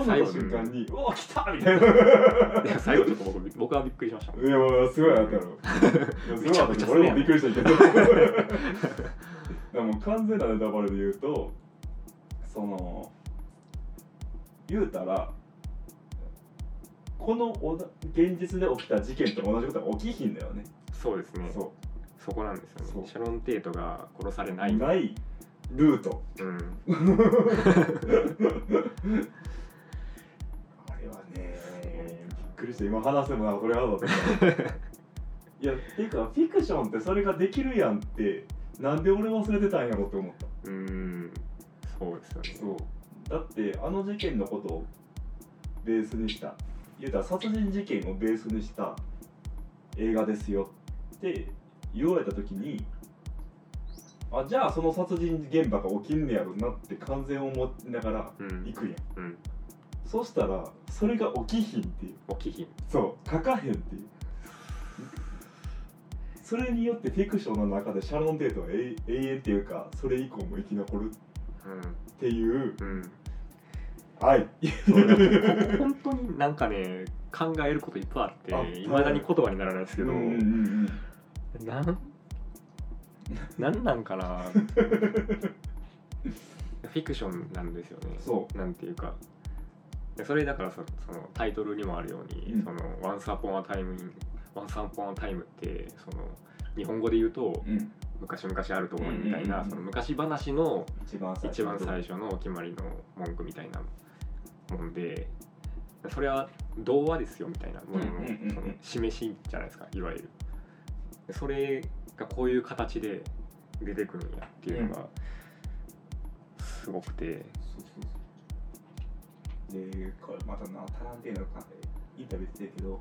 [SPEAKER 3] うそうなった瞬間に「うわ来た!」みたいな
[SPEAKER 4] あいや最後ちょっと僕僕はびっくりしました
[SPEAKER 3] いやもうすごいあったやろ。
[SPEAKER 4] [LAUGHS]
[SPEAKER 3] いやすごいあっ
[SPEAKER 4] め
[SPEAKER 3] た
[SPEAKER 4] ちゃくち
[SPEAKER 3] よ
[SPEAKER 4] ゃすごい
[SPEAKER 3] 俺
[SPEAKER 4] や
[SPEAKER 3] も
[SPEAKER 4] ん
[SPEAKER 3] びっくりしたけど。 [LAUGHS] だからもう完全なネタバレで言うと、その言うたらこのおだ現実で起きた事件と同じことは起きひんだよね。
[SPEAKER 4] そうですね
[SPEAKER 3] そ
[SPEAKER 4] そこなんですよ
[SPEAKER 3] そう
[SPEAKER 4] ねシャロン・テイトが殺され
[SPEAKER 3] う
[SPEAKER 4] ない
[SPEAKER 3] ないルート。
[SPEAKER 4] うん
[SPEAKER 3] あれはねびっくりして今話してもなんかそれあるだと思ういやっていうかフィクションってそれができるやんってなんで俺忘れてたんやろって思った
[SPEAKER 4] うんそうですよね
[SPEAKER 3] そうだってあの事件のことをベースにした言うたら殺人事件をベースにした映画ですよって言われた時にあじゃあその殺人現場が起きんねやろなって完全思いながら
[SPEAKER 4] うん
[SPEAKER 3] 行くやん
[SPEAKER 4] うん
[SPEAKER 3] そうしたらそれが起きひんっていう
[SPEAKER 4] 起きひん
[SPEAKER 3] そう書かへんっていうそれによってフィクションの中でシャロン・テートは永永遠っていうかそれ以降も生き残るっていう
[SPEAKER 4] うんうん
[SPEAKER 3] 愛
[SPEAKER 4] そう本当になんかね考えることいっぱい
[SPEAKER 3] あ
[SPEAKER 4] あっ
[SPEAKER 3] は
[SPEAKER 4] て
[SPEAKER 3] い
[SPEAKER 4] いまだに言葉にならないですけど、
[SPEAKER 3] ん
[SPEAKER 4] なんなんなん
[SPEAKER 3] [LAUGHS]
[SPEAKER 4] かなフィクションなんですよね
[SPEAKER 3] そ
[SPEAKER 4] なんていうかでそれだからそそのタイトルにもあるように「
[SPEAKER 3] うん
[SPEAKER 4] その Once Upon a Time in Once Upon a Time」ってその日本語で言うと
[SPEAKER 3] う、うん、
[SPEAKER 4] 「昔々あると思う」みたいな、
[SPEAKER 3] うんうんうん
[SPEAKER 4] その昔話の
[SPEAKER 3] 一番最初
[SPEAKER 4] 一番最初のお決まりの文句みたいなもんでそれは童話ですよみたいなもの
[SPEAKER 3] うん
[SPEAKER 4] の
[SPEAKER 3] うんうんうん
[SPEAKER 4] その示しじゃないですかいわゆるでそれがこういう形で出てくるんやっていうのがすごくて
[SPEAKER 3] そうそうそうでこれまたなタランティーノがインタビューで言ってたけど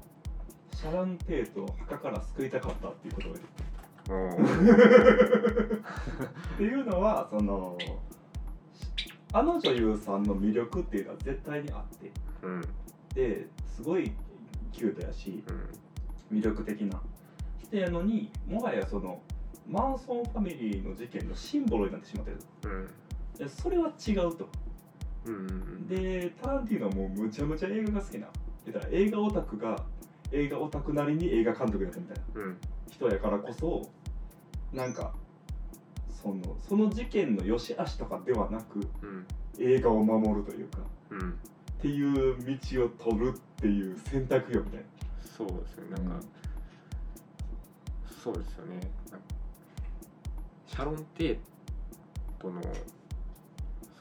[SPEAKER 3] シャラン・テートを墓から救いたかったっていうことが出てくる
[SPEAKER 4] も
[SPEAKER 3] っていうのはそのあの女優さんの魅力っていうのは絶対にあって
[SPEAKER 4] ううん
[SPEAKER 3] ですごいキュートやし
[SPEAKER 4] うん
[SPEAKER 3] 魅力的な人やのにもはやそのマンソンファミリーの事件のシンボルになってしまってる
[SPEAKER 4] うん
[SPEAKER 3] でそれは違うと
[SPEAKER 4] うんうん
[SPEAKER 3] でタランティーノはもうむちゃむちゃ映画が好きな言ったら映画オタクが映画オタクなりに映画監督になったみたいな
[SPEAKER 4] うん
[SPEAKER 3] 人やからこそなんかそのその事件の良し悪しとかではなく
[SPEAKER 4] うん
[SPEAKER 3] 映画を守るというか
[SPEAKER 4] うん
[SPEAKER 3] っていう道を取るっていう選択よみたい
[SPEAKER 4] そうですねなんか、
[SPEAKER 3] うん
[SPEAKER 4] そうですよねなんかシャロン・テートの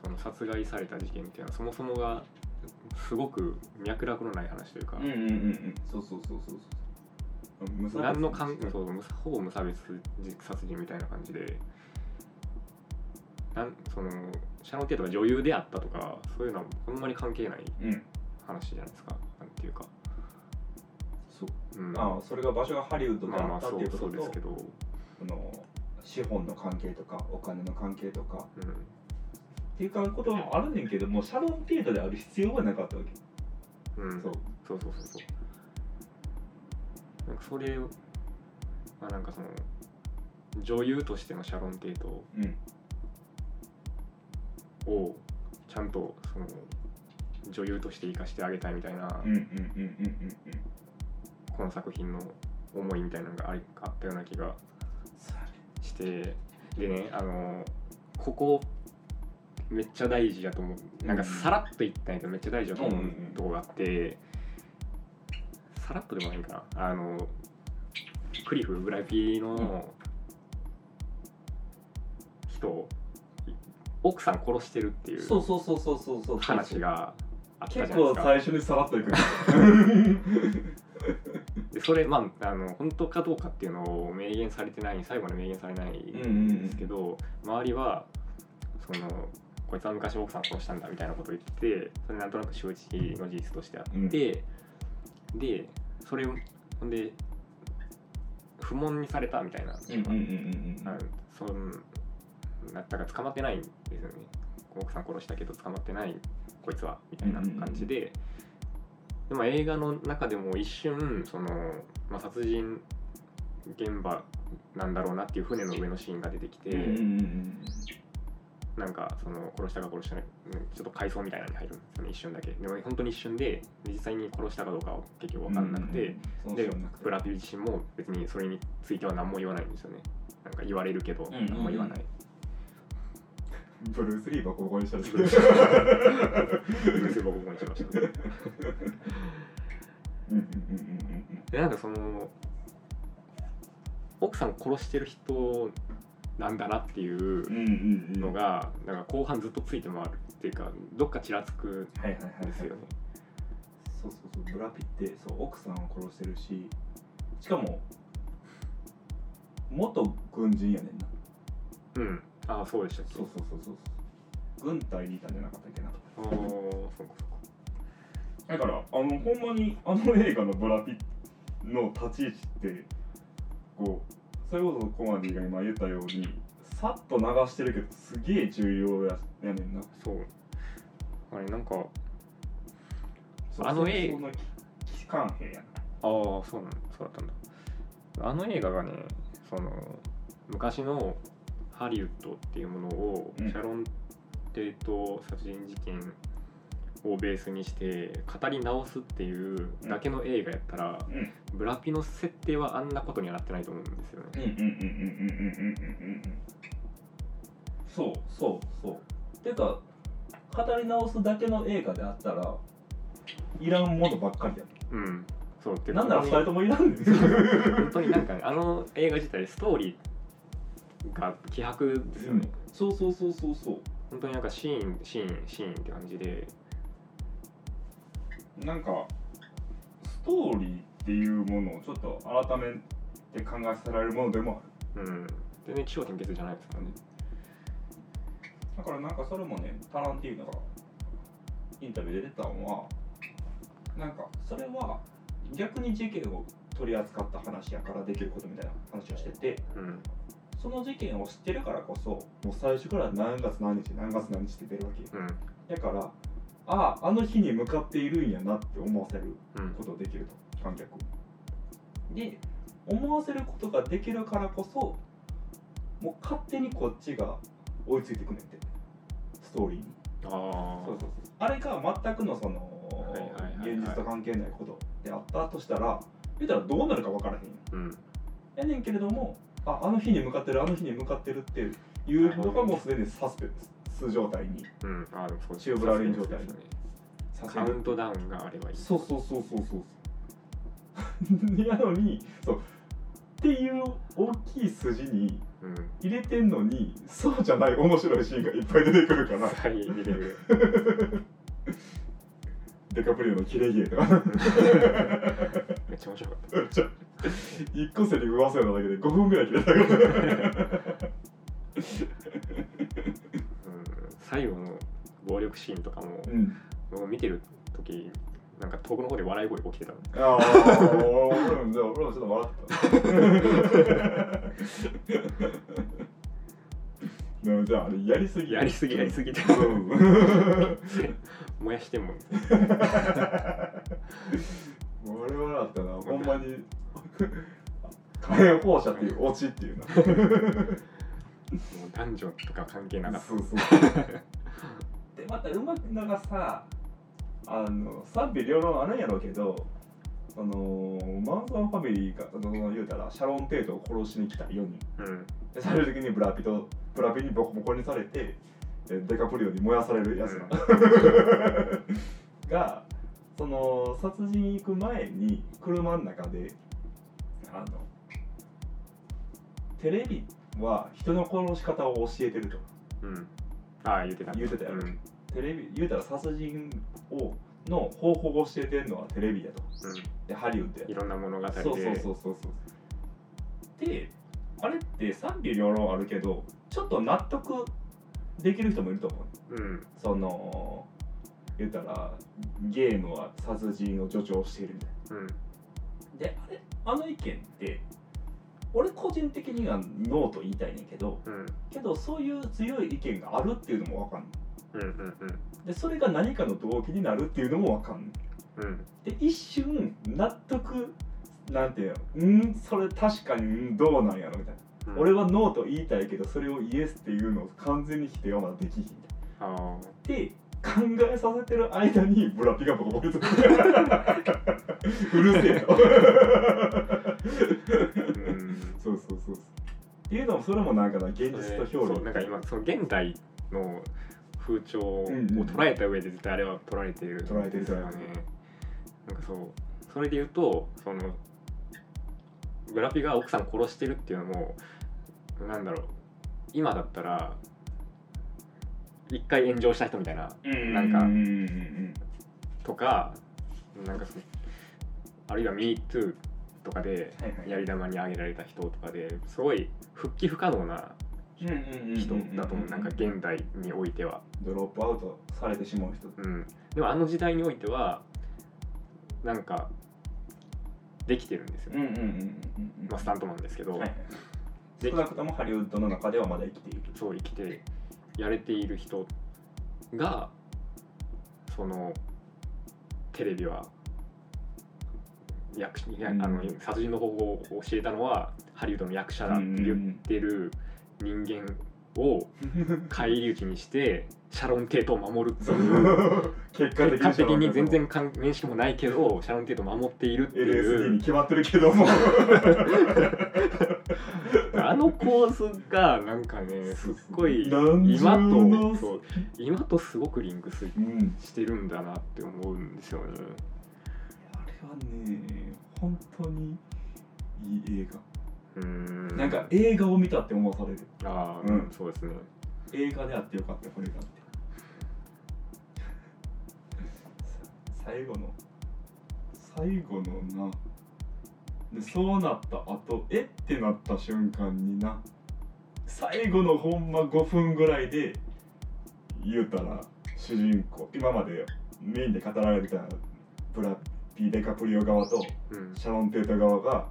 [SPEAKER 4] その殺害された事件っていうのはそもそもがすごく脈絡のない話というか、
[SPEAKER 3] なうんうんそうそうそうそうそう無差別
[SPEAKER 4] 何の関そう無ほぼ無差別殺人みたいな感じでなんそのシャロン・テートが女優であったとかそういうのはほんまに関係ない
[SPEAKER 3] うん
[SPEAKER 4] 話じゃないですかなんていうか、
[SPEAKER 3] そう
[SPEAKER 4] うん、
[SPEAKER 3] ああそれが場所がハリウッドで
[SPEAKER 4] まあ
[SPEAKER 3] あ
[SPEAKER 4] まあ
[SPEAKER 3] った
[SPEAKER 4] そ
[SPEAKER 3] っていううこ
[SPEAKER 4] そ
[SPEAKER 3] と
[SPEAKER 4] うです
[SPEAKER 3] と
[SPEAKER 4] けど、
[SPEAKER 3] あの資本の関係とかお金の関係とか
[SPEAKER 4] うん、
[SPEAKER 3] っていうこともあるねんけどもシャロン・テートである必要はなかったわけ
[SPEAKER 4] うん、
[SPEAKER 3] そう
[SPEAKER 4] そうそうそうそうなんかそれをまあなんかその女優としてのシャロン・テイト
[SPEAKER 3] うん
[SPEAKER 4] をちゃんとその女優として生かしてあげたいみたいな、
[SPEAKER 3] うんうんうんうんうんうん
[SPEAKER 4] この作品の思いみたいなのがありあったような気がしてでねあのここめっちゃ大事だと思うなんかさらっと言ったんやけどめっちゃ大事だと思うとこがあってさらっとでもないかなあのクリフブラピーの人奥さん殺してるっていう
[SPEAKER 3] そうそうそうそうそうそう
[SPEAKER 4] 話があったじゃ
[SPEAKER 3] 結
[SPEAKER 4] ないです
[SPEAKER 3] 構
[SPEAKER 4] か
[SPEAKER 3] 最初にさらっとい [LAUGHS] く
[SPEAKER 4] でそれまああの本当かどうかっていうのを明言されてない最後に明言されない
[SPEAKER 3] うんうんうん
[SPEAKER 4] ですけど周りはそのこいつは昔奥さん殺したんだみたいなことを言っててそれなんとなく周知の事実としてあって、でそれをほんで不問にされたみたいな、
[SPEAKER 3] うんうんうんうんうん
[SPEAKER 4] あのそんなだから捕まってないんですよね奥さん殺したけど捕まってないこいつはみたいな感じで、でまあ映画の中でも一瞬その、まあ、殺人現場なんだろうなっていう船の上のシーンが出てきて、
[SPEAKER 3] うんうんうんうん
[SPEAKER 4] なんかその殺したか殺してないうんちょっと回想みたいなのに入るんですよね一瞬だけでも本当に一瞬で実際に殺したかどうかは結局分かんなくて、
[SPEAKER 3] うんうんうん
[SPEAKER 4] で
[SPEAKER 3] そうそうなくて
[SPEAKER 4] ブラピ自身も別にそれについては何も言わないんですよねなんか言われるけど
[SPEAKER 3] んうんうん
[SPEAKER 4] 何も言わない、
[SPEAKER 3] ブルース・リーバーここにしたりす
[SPEAKER 4] ブル
[SPEAKER 3] る
[SPEAKER 4] ースリーブルースボコボコにしましたね
[SPEAKER 3] うんうんうんうん [LAUGHS] うん
[SPEAKER 4] でなんかその奥さんを殺してる人なんだなっていう
[SPEAKER 3] うんうんうん
[SPEAKER 4] のがなんか後半ずっとついて回るっていうかどっかちらつく
[SPEAKER 3] はいはいはい
[SPEAKER 4] ん
[SPEAKER 3] は
[SPEAKER 4] で
[SPEAKER 3] い
[SPEAKER 4] すよね
[SPEAKER 3] そうそうそうブラピってそう奥さんを殺してるししかも元軍人やねんな
[SPEAKER 4] うんああそうでしたっけ
[SPEAKER 3] そうそうそうそう軍隊にいたんじゃなかったっけな
[SPEAKER 4] ああそうかそうか
[SPEAKER 3] だからあのほんまにあの映画のブラピの立ち位置ってこうそれこそコマディが今言ったようにさっと流してるけどすげえ重要ややねんな
[SPEAKER 4] そうあれなんかあ
[SPEAKER 3] そ
[SPEAKER 4] あの映
[SPEAKER 3] そんなき期間兵やな
[SPEAKER 4] あーそうなんそうだったんだあの映画がねその昔のハリウッドっていうものを、
[SPEAKER 3] うん
[SPEAKER 4] シャロン・テイト殺人事件をベースにして語り直すっていうだけの映画やったら、
[SPEAKER 3] うん
[SPEAKER 4] ブラピの設定はあんなことにはなってないと思うんですよね
[SPEAKER 3] うんうんうんうんうんうんうんうんうんそうそうそうてか語り直すだけの映画であったらいらんものばっかりや
[SPEAKER 4] うんそうって
[SPEAKER 3] なんなら2
[SPEAKER 4] 本当
[SPEAKER 3] 人
[SPEAKER 4] に
[SPEAKER 3] ともいら [LAUGHS] んねん
[SPEAKER 4] 本当になんかねあの映画自体ストーリーが希薄ですよね、
[SPEAKER 3] そうそうそうそうそう
[SPEAKER 4] 本当になんかシーンシーンシーンって感じで
[SPEAKER 3] なんかストーリーっていうものをちょっと改めて考えさせられるものでもあ
[SPEAKER 4] うん全然気象転結じゃないですからね
[SPEAKER 3] るだからなんかそれもねタランティーノがインタビューで出てたのはなんかそれは逆に事件を取り扱った話やからできることみたいな話をしてて
[SPEAKER 4] うん
[SPEAKER 3] その事件を知ってるからこそもう最初から何月何日何月何日って出るわ
[SPEAKER 4] うん
[SPEAKER 3] けだからあああの日に向かっているんやなって思わせる
[SPEAKER 4] うん
[SPEAKER 3] ことができると観客をで思わせることができるからこそもう勝手にこっちが追いついてくねんってストーリーに
[SPEAKER 4] ああ
[SPEAKER 3] そうそうそうあれが全くのその、
[SPEAKER 4] はいはいはいはい
[SPEAKER 3] 現実と関係ないことであったとしたら言ったらどうなるか分からへんやん
[SPEAKER 4] うん
[SPEAKER 3] やねんけれどもああの日に向かってるあの日に向かってるっていうのがもうすでにサスペンス状態に
[SPEAKER 4] うんああでもそう
[SPEAKER 3] チューブラリン状態
[SPEAKER 4] そうですね
[SPEAKER 3] させ
[SPEAKER 4] カ
[SPEAKER 3] る
[SPEAKER 4] ウントダウンがあればいい
[SPEAKER 3] そうそうそうそう [LAUGHS] そうそうやのにそうっていう大きい筋に
[SPEAKER 4] うん
[SPEAKER 3] 入れてんのにそうじゃない面白いシーンがいっぱい出てくるから
[SPEAKER 4] はい見れる
[SPEAKER 3] デカプリオのキレゲーと [LAUGHS] か
[SPEAKER 4] [LAUGHS] めっちゃ面白かっ
[SPEAKER 3] ちょ一個セリフ忘れただけで5分ぐらい切れたから
[SPEAKER 4] た、うん、最後の暴力シーンとかも
[SPEAKER 3] うん
[SPEAKER 4] 僕見てる時なんか遠くの方で笑い声起きてたの
[SPEAKER 3] ああ俺もじゃあ俺もちょっと笑ってた [LAUGHS] でもじゃああれやりすぎ
[SPEAKER 4] やりすぎやりすぎて
[SPEAKER 3] うん
[SPEAKER 4] 燃やしてんもん
[SPEAKER 3] 俺はだったな、ほんまに火炎放射っていうオチっていうな。
[SPEAKER 4] もう男女とか関係なかっ
[SPEAKER 3] そうそう。で、またうまくのがさ、あの賛否両論あるんやろうけど、あのマンソンファミリーが、あの言うたら、シャロン・テイトを殺しに来た4人。
[SPEAKER 4] たうん
[SPEAKER 3] で、最終的にブラピと、ブラピにボコボコにされて、えデカプリオに燃やされるやつな。がその殺人行く前に車の中であのテレビは人の殺し方を教えてると
[SPEAKER 4] うんああ言ってた
[SPEAKER 3] 言ってたよ
[SPEAKER 4] うんうん
[SPEAKER 3] テレビ言うたら殺人をの方法を教えてるのはテレビだとでハリウッドや
[SPEAKER 4] いろんな物語で
[SPEAKER 3] そうそうそうそうそうであれって賛否両論あるけどちょっと納得できる人もいると思う
[SPEAKER 4] うん
[SPEAKER 3] その言うたらゲームは殺人を助長しているみたいな
[SPEAKER 4] うん
[SPEAKER 3] であれあの意見って俺個人的にはノーと言いたいねんけど
[SPEAKER 4] うん
[SPEAKER 3] けどそういう強い意見があるっていうのもわかんない
[SPEAKER 4] うんうんうん
[SPEAKER 3] でそれが何かの動機になるっていうのもわかんな
[SPEAKER 4] うん
[SPEAKER 3] いで一瞬納得なんていうのうんそれ確かにうんどうなんやろみたいな、
[SPEAKER 4] うん
[SPEAKER 3] 俺はノーと言いたいけどそれをイエスっていうのを完全に否定はまだできひん
[SPEAKER 4] ああ
[SPEAKER 3] で考えさせてる間にブラピがボコボコに
[SPEAKER 4] [LAUGHS]
[SPEAKER 3] するうるせえと
[SPEAKER 4] うん
[SPEAKER 3] そうそうそうそう。っていうのもそれもなんかな現実と表裏
[SPEAKER 4] そうなんか今その現代の風潮を
[SPEAKER 3] うんうん
[SPEAKER 4] 捉えた上で絶対あれは捉えてる
[SPEAKER 3] 捉えてる捉えてる
[SPEAKER 4] ねなんかそうそれで言うとそのグラピが奥さん殺してるっていうのもなんだろう今だったら一回炎上した人みたいななんかとかなんかそのあるいは「MeToo」とかで
[SPEAKER 3] はいはい
[SPEAKER 4] やり玉に挙げられた人とかですごい復帰不可能な人だと思うなんか現代においては。
[SPEAKER 3] ドロップアウトされてしまう人
[SPEAKER 4] うん、でもあの時代においてはなんかできてるんですよ、
[SPEAKER 3] うんうんうんうんうん
[SPEAKER 4] まあ、スタントマンですけど、
[SPEAKER 3] はい
[SPEAKER 4] で
[SPEAKER 3] 少なくともハリウッドの中ではまだ生きている
[SPEAKER 4] そう生きてやれている人がそのテレビは役いやあ
[SPEAKER 3] うん
[SPEAKER 4] の殺人の方法を教えたのはハリウッドの役者だって言ってる人間を返り討ちにしてシャロン・テイトを守るって
[SPEAKER 3] そ [LAUGHS]
[SPEAKER 4] いう
[SPEAKER 3] う結果
[SPEAKER 4] 結
[SPEAKER 3] 的
[SPEAKER 4] 果的に
[SPEAKER 3] [LAUGHS]
[SPEAKER 4] 全
[SPEAKER 3] っ
[SPEAKER 4] 然関面識もないけどシャロン・テイトを守っているって
[SPEAKER 3] ていう LSD
[SPEAKER 4] い
[SPEAKER 3] に
[SPEAKER 4] う
[SPEAKER 3] 決まってるけども
[SPEAKER 4] あの構図がなんかねすっごい
[SPEAKER 3] 何重
[SPEAKER 4] 今
[SPEAKER 3] の
[SPEAKER 4] とそう今とすごくリンクする
[SPEAKER 3] うん
[SPEAKER 4] してるんだなって思うんですよね。
[SPEAKER 3] あれはね本当にいい映
[SPEAKER 4] うー
[SPEAKER 3] 画
[SPEAKER 4] ん
[SPEAKER 3] なんか映画を見たって思わされる
[SPEAKER 4] ああ、
[SPEAKER 3] うん
[SPEAKER 4] うんそうですね。
[SPEAKER 3] 映画であってよかったこれがあって [LAUGHS] さ最後の最後のなでそうなった後えってなった瞬間にな最後のほんま5分ぐらいで言うたら主人公今までメインで語られてたブラピデカプリオ側と
[SPEAKER 4] うん、
[SPEAKER 3] シャロン・テータ側が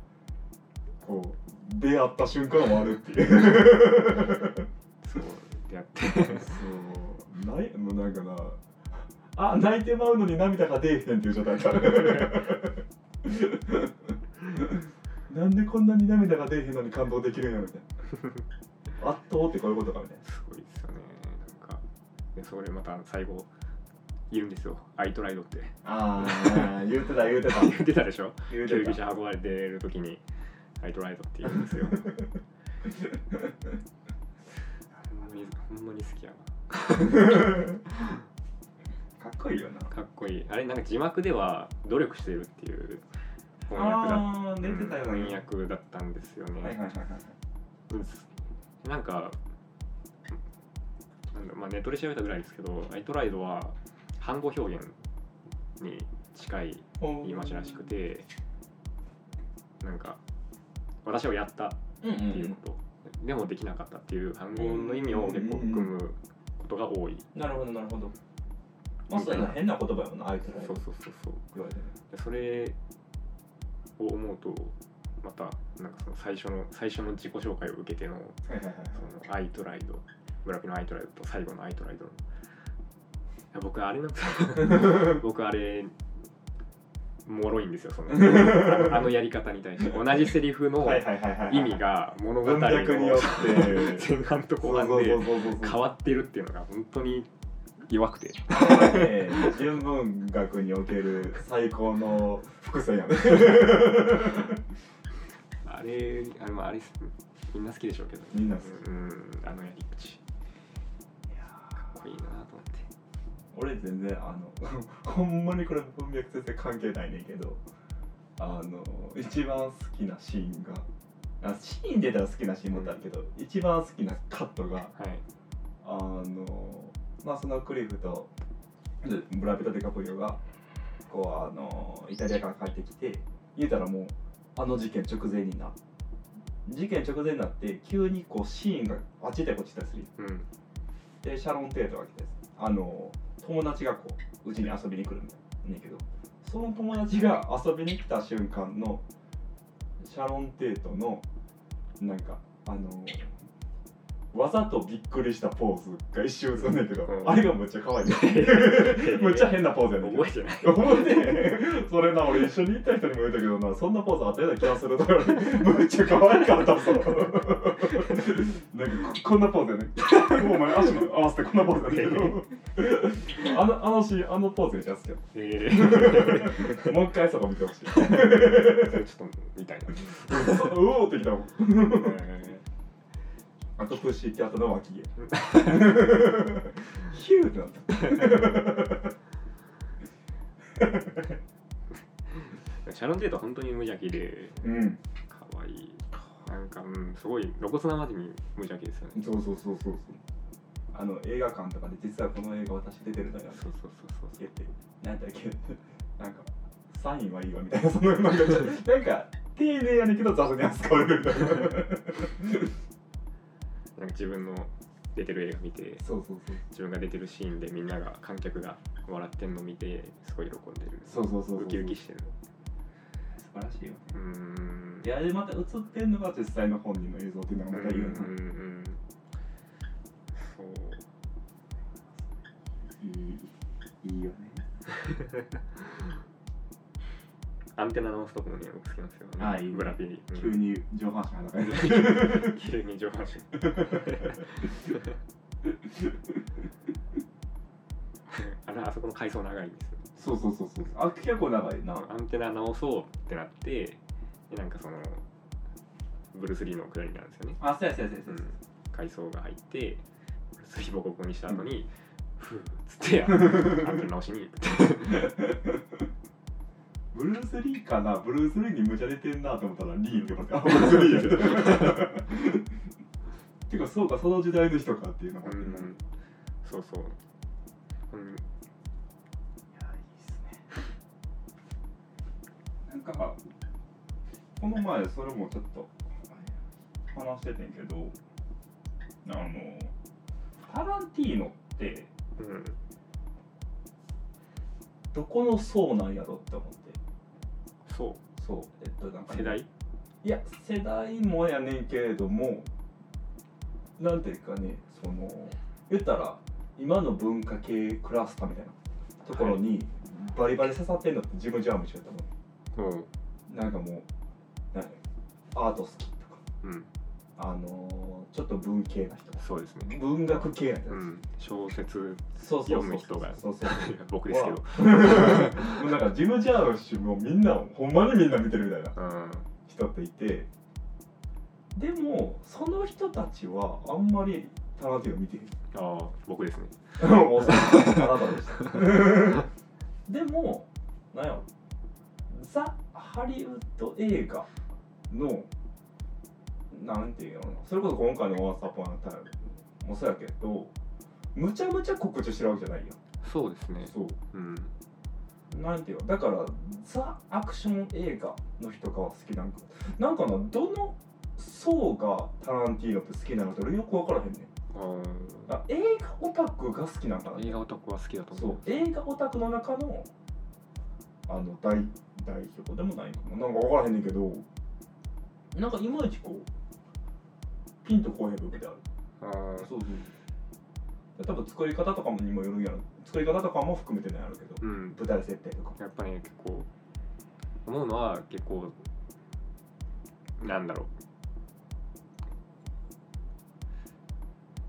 [SPEAKER 3] こう出会った瞬間終わるっていう。
[SPEAKER 4] そうやって。
[SPEAKER 3] そうないもうなんかなあ泣いてまうのに涙が出えへんっていう状態だなんでこんなに涙が出えへんのに感動できるんやろみたいな圧倒ってこういうことかみたい
[SPEAKER 4] すごいですよね。なんかでそれまた最後言うんですよ。アイトライドって [LAUGHS]
[SPEAKER 3] なあー言うてた言うてた
[SPEAKER 4] 言ってたでしょ。
[SPEAKER 3] 言う
[SPEAKER 4] 救
[SPEAKER 3] て
[SPEAKER 4] 急
[SPEAKER 3] た
[SPEAKER 4] 車運ばれてる時にアイトライドって言うんですよ。ほんまにほんまに好きやな。
[SPEAKER 3] かっこいいよな
[SPEAKER 4] かっこいい。あれなんか字幕では努力してるっていう翻訳だっ
[SPEAKER 3] ああー出てたよ
[SPEAKER 4] 翻
[SPEAKER 3] ね
[SPEAKER 4] 訳だったんですよね。
[SPEAKER 3] はいはいはいはい
[SPEAKER 4] なんかなんだ、まあ、ネットで調べたぐらいですけど「アイトライド」は反語表現に近い
[SPEAKER 3] おー
[SPEAKER 4] 言い回しらしくてなんか「私はやった」っ
[SPEAKER 3] うんうん
[SPEAKER 4] ていうことでもできなかったっていう反語の意味を結構含むことが多い
[SPEAKER 3] なるほどなるほどまさに変な言葉やもんなあいつら
[SPEAKER 4] そうそうそうそう
[SPEAKER 3] 言われてね
[SPEAKER 4] でそれを思うとまたなんかその最初の最初の自己紹介を受けての
[SPEAKER 3] はいはいはいはい
[SPEAKER 4] そのアイトライド村ピのアイトライドと最後のアイトライドのいや僕あれ
[SPEAKER 3] [LAUGHS]
[SPEAKER 4] なんですよ僕あれ脆いんですよそ
[SPEAKER 3] [LAUGHS]
[SPEAKER 4] のあのあのやり方に対して同じセリフの
[SPEAKER 3] はいはいはいはい
[SPEAKER 4] 意味が
[SPEAKER 3] [LAUGHS]
[SPEAKER 4] 物語
[SPEAKER 3] 文
[SPEAKER 4] の
[SPEAKER 3] 脈によって
[SPEAKER 4] 前半と後半で変わってるっていうのが本当に弱くて
[SPEAKER 3] ね純文学における最高の伏線やね
[SPEAKER 4] あれあのあれっすみんな好きでしょうけど
[SPEAKER 3] みんな好き
[SPEAKER 4] うんあのやり口かっこいいなと思って
[SPEAKER 3] 俺全然あの [LAUGHS] ほんまにこれ文脈全然関係ないねんけどあの一番好きなシーンがあシーン出たら好きなシーンもったあるけど、一番好きなカットが
[SPEAKER 4] はい
[SPEAKER 3] あのまあそのクリフとでブラピとデカプリオがこうあのイタリアから帰ってきて言うたらもうあの事件直前にな事件直前になって急にこうシーンがあっち行ったりこっち行ったりする
[SPEAKER 4] うん
[SPEAKER 3] でシャロン・テートが来てですあの友達がこううちに遊びに来るんだねんけどその友達が遊びに来た瞬間のシャロン・テートのなんかあのわざとびっくりしたポーズが一瞬映んねんけど、
[SPEAKER 4] うん
[SPEAKER 3] あれがむっちゃ
[SPEAKER 4] [LAUGHS]
[SPEAKER 3] 可愛いむっちゃ変なポーズやねんけど
[SPEAKER 4] 覚えてない
[SPEAKER 3] ほんでそれな俺一緒に行った人にも言ったけどなそんなポーズあったような気がするとか言われてむっちゃ可愛かったぞなんかここんなポーズやねお前足も合わせてこんなポーズやねあのあのシーンあのポーズにしやすけど
[SPEAKER 4] え
[SPEAKER 3] もう一回そこ見てほしい
[SPEAKER 4] ー、それちょっとみたいな
[SPEAKER 3] うおーってきたもん
[SPEAKER 4] え
[SPEAKER 3] あとプッシーって後の脇毛ヒューってなった
[SPEAKER 4] ー [LAUGHS] シャロン・テートは本当に無邪気で
[SPEAKER 3] うん
[SPEAKER 4] 可愛いなんか、うん、すごい露骨なまでに無邪気ですよね
[SPEAKER 3] そうそうそうそうそうあの映画館とかで実はこの映画私出てるのよ
[SPEAKER 4] そうそうそう
[SPEAKER 3] つ
[SPEAKER 4] そ
[SPEAKER 3] け
[SPEAKER 4] う
[SPEAKER 3] てなんだっけなんかサインはいいわみたいなそのなんか [LAUGHS] なんか丁寧やねんけど雑に扱われるみたいな
[SPEAKER 4] なんか自分の出てる映画見て
[SPEAKER 3] そうそうそう
[SPEAKER 4] 自分が出てるシーンでみんなが観客が笑ってんの見てすごい喜んでる
[SPEAKER 3] そうそうそうそう
[SPEAKER 4] ウキウキしてる
[SPEAKER 3] 素晴らしいよね
[SPEAKER 4] うーん
[SPEAKER 3] いやでまた映ってんのが実際の本人の映像っていうの
[SPEAKER 4] う
[SPEAKER 3] が
[SPEAKER 4] ん
[SPEAKER 3] またいいよね
[SPEAKER 4] うんうんそう
[SPEAKER 3] いいいいよね
[SPEAKER 4] アンテナ直すとこもね僕好きなんですよ、ね、
[SPEAKER 3] あいいね
[SPEAKER 4] ブラピリ、うん
[SPEAKER 3] 急に上半身裸になる
[SPEAKER 4] 急に上半 [LAUGHS] 身あのあそこの階層長いんですよ
[SPEAKER 3] そうそうそうそうあ結構長いな
[SPEAKER 4] アンテナ直そうってなってでなんかそのブルース・リーのくだりなんですよね、
[SPEAKER 3] あそうやそうやそうや
[SPEAKER 4] う
[SPEAKER 3] そうんや、
[SPEAKER 4] 階層が入ってブルース・リーボコボコにした後に、ふうっつ [LAUGHS] ってアンテナ直しに
[SPEAKER 3] ブルース・リーかなブルース・リーに無茶出てんなと思ったらリーって呼ば [LAUGHS] れてあブルース・リー [LAUGHS] やてかそうかその時代の人かっていうのが、
[SPEAKER 4] う
[SPEAKER 3] いやいい
[SPEAKER 4] んそうそう、うん、
[SPEAKER 3] っすねなんかこの前それもちょっと話しててんけどあのタランティーノって
[SPEAKER 4] うん、
[SPEAKER 3] どこの層なんやろって思って
[SPEAKER 4] そ
[SPEAKER 3] そうえっとなんか
[SPEAKER 4] う
[SPEAKER 3] ね
[SPEAKER 4] 世代
[SPEAKER 3] いや世代もやねんけれどもなんていうかねその言ったら今の文化系クラスターみたいなところにバリバリ刺さってんのって自分ジャンムしちゃったも
[SPEAKER 4] うん
[SPEAKER 3] んなんかもうなんやアート好きとか
[SPEAKER 4] うん、
[SPEAKER 3] あのーちょっと文系な人
[SPEAKER 4] そうですね
[SPEAKER 3] 文学系な人、
[SPEAKER 4] うん、小説
[SPEAKER 3] そうそうそう
[SPEAKER 4] 読む人が
[SPEAKER 3] そうそう
[SPEAKER 4] いや僕ですけど、
[SPEAKER 3] もう [LAUGHS] なんかジム・ジャーム氏もみんなほんまにみんな見てるみたいな
[SPEAKER 4] うん、
[SPEAKER 3] 人っていてでもその人たちはあんまりタランティーノ見てへん
[SPEAKER 4] ああ僕ですね
[SPEAKER 3] おそらくあなたでしたでもなんやろザ・ハリウッド映画のなんていうのかなそれこそ今回の「ワースアップ・アン・タイム」もそうやけどむちゃむちゃ告知してるわけじゃないやん
[SPEAKER 4] そうですね
[SPEAKER 3] そう
[SPEAKER 4] うん
[SPEAKER 3] なんていうのだからザ・アクション映画の人が好きなんかなんかなどの層がタランティーノって好きなのって俺よく分からへんねん
[SPEAKER 4] あ
[SPEAKER 3] あ映画オタクが好きなんかな
[SPEAKER 4] ー映画オタクは好きだと
[SPEAKER 3] そ
[SPEAKER 4] 思
[SPEAKER 3] う映画オタクの中のあの代代表でもないかななんか分からへんねんけどなんかいまいちこうピンとこうへん部分である
[SPEAKER 4] うあー
[SPEAKER 3] そうそう多分作り方とかにもよるんやろ作り方とかも含めてねあるけど
[SPEAKER 4] うん
[SPEAKER 3] 舞台設定とか
[SPEAKER 4] やっぱり、ね、結構思うのは結構なんだろう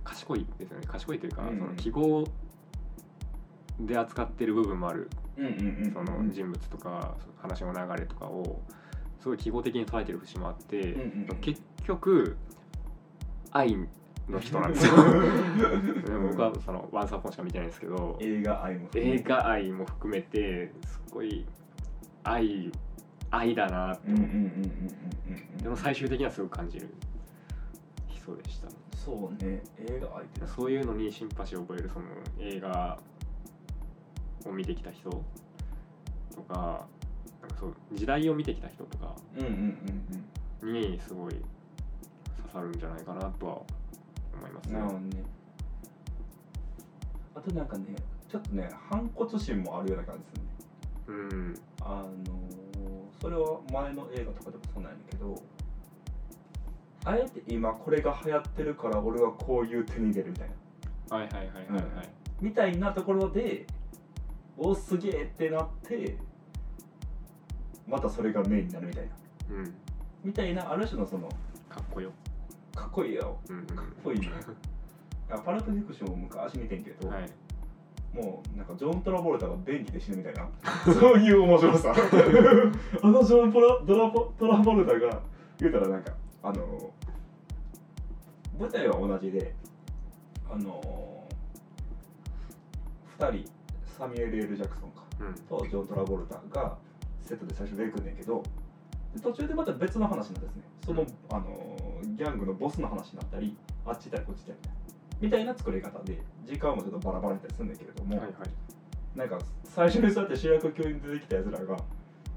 [SPEAKER 4] 賢いですよね賢いというか、
[SPEAKER 3] うん
[SPEAKER 4] その記号で扱ってる部分もある
[SPEAKER 3] うんうんうん
[SPEAKER 4] その人物とかその話の流れとかをすごい記号的に捉えてる節もあって、
[SPEAKER 3] うんうんうん
[SPEAKER 4] 結局愛の人なんで
[SPEAKER 3] [LAUGHS]
[SPEAKER 4] すよでも僕はその「ワンサポン」しか見てないんですけど
[SPEAKER 3] 映画愛も
[SPEAKER 4] 映画愛も含めてすごい愛愛だなって
[SPEAKER 3] うんうん
[SPEAKER 4] 思
[SPEAKER 3] うん
[SPEAKER 4] っ
[SPEAKER 3] うん
[SPEAKER 4] て、
[SPEAKER 3] うんうん
[SPEAKER 4] でも最終的にはすごく感じる人でした、
[SPEAKER 3] そうね映画愛って
[SPEAKER 4] そういうのにシンパシーを覚えるその映画を見てきた人とかなんかそう時代を見てきた人とか
[SPEAKER 3] うんうんうん
[SPEAKER 4] にすごい刺さるんじゃないかなとは思います
[SPEAKER 3] うん
[SPEAKER 4] ね
[SPEAKER 3] なる。ほどねあとなんかねちょっとね反骨心もあるような感じでするね
[SPEAKER 4] うん、
[SPEAKER 3] あのーそれは前の映画とかでもそうなんやけどあえて今これが流行ってるから俺はこういう手に入れるみたいな
[SPEAKER 4] はいはいはいはいはい。
[SPEAKER 3] みたいなところでおすげえってなってまたそれがメインになるみたいな
[SPEAKER 4] うん、
[SPEAKER 3] みたいなある種のその
[SPEAKER 4] かっこよ。
[SPEAKER 3] かっこいいやろ
[SPEAKER 4] うんうん、
[SPEAKER 3] かっこ
[SPEAKER 4] [LAUGHS]
[SPEAKER 3] いいねあパルプフィクションを昔見てんけど、
[SPEAKER 4] はい。
[SPEAKER 3] もうなんかジョン・トラボルタが便器で死ぬみたいなそういう面白さあのジョントラドラボトラボルタが言うたらなんかあの舞台は同じであの2人サミュエル・ L ・ジャクソンか
[SPEAKER 4] うん、
[SPEAKER 3] とジョン・トラボルタがセットで最初出てくんねんけどで途中でまた別の話になんですねその、
[SPEAKER 4] うん
[SPEAKER 3] あのギャングのボスの話になったりあっち行ったりこっち行ったりみたいなみたいな作り方で時間もちょっとバラバラやったりするんだけれども、
[SPEAKER 4] はいはい。
[SPEAKER 3] なんか最初にそうやって主役級に出てきたやつらが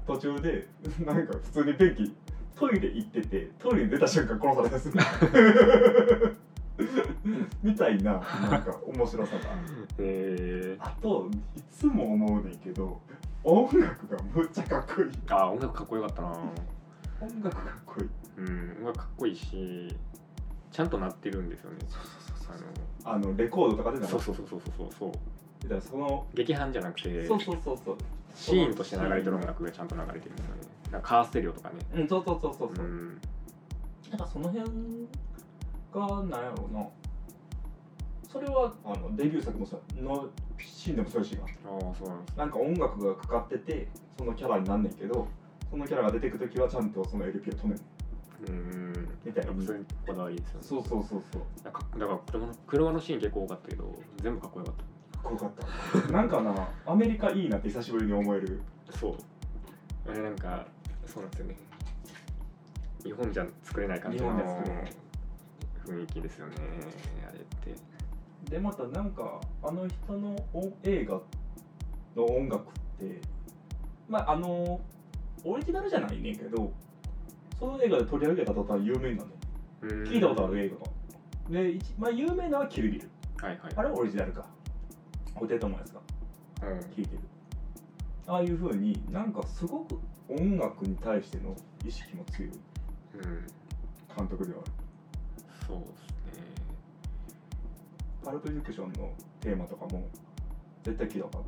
[SPEAKER 3] 途中で [LAUGHS] なんか普通に便器トイレ行っててトイレに出た瞬間殺されたりする
[SPEAKER 4] [LAUGHS]
[SPEAKER 3] みたいななんか面白さが
[SPEAKER 4] え
[SPEAKER 3] あといつも思うねんけど音楽がむっちゃかっこいい
[SPEAKER 4] ー、あー音楽かっこよかったな
[SPEAKER 3] 音楽かっこいい
[SPEAKER 4] うん音楽かっこいいしちゃんと鳴ってるんですよね
[SPEAKER 3] そうそうそう
[SPEAKER 4] あ
[SPEAKER 3] そう
[SPEAKER 4] の
[SPEAKER 3] あのレコードとかでな
[SPEAKER 4] そうそうそうそうそうそう
[SPEAKER 3] だからその
[SPEAKER 4] 劇伴じゃなくて
[SPEAKER 3] そうそうそうそう
[SPEAKER 4] シーンとして流れてる音楽がちゃんと流れてるんですよねなんかカーステレオとかね
[SPEAKER 3] うんそうそうそうそう
[SPEAKER 4] う
[SPEAKER 3] そう、
[SPEAKER 4] ん
[SPEAKER 3] なんかその辺がなんやろうなそれはあのデビュー作もさのシーンでもそういうシーンがあっ
[SPEAKER 4] ああそうなんです
[SPEAKER 3] たなんか音楽がかかっててそのキャラになんねんけどそのキャラが出てく時はちゃんとその LP を止める
[SPEAKER 4] うん
[SPEAKER 3] みたいな
[SPEAKER 4] やっぱそういうこだわりですよね
[SPEAKER 3] そうそうそうそう
[SPEAKER 4] なんかだから車の車のシーン結構多かったけど全部かっこよかっ
[SPEAKER 3] かっこよかったなんかなアメリカいいなって久しぶりに思える
[SPEAKER 4] たそうあれなんかそうなんですよね日本じゃ作れない感じの
[SPEAKER 3] 日本じゃ作れない
[SPEAKER 4] 雰囲気ですよねあれって
[SPEAKER 3] でまたなんかあの人のお映画の音楽ってまああのオリジナルじゃないねんけどその映画で取り上げた途端有名なの
[SPEAKER 4] うん
[SPEAKER 3] 聞いたことある映画がで一、まあ、有名なのはキルビル
[SPEAKER 4] はいはい
[SPEAKER 3] あれはオリジナルか布袋寅泰が
[SPEAKER 4] うん
[SPEAKER 3] 聞いてるああいうふうになんかすごく音楽に対しての意識も強い
[SPEAKER 4] うん、
[SPEAKER 3] 監督ではある
[SPEAKER 4] そうですね
[SPEAKER 3] パルプフィクションのテーマとかも絶対聞いたこと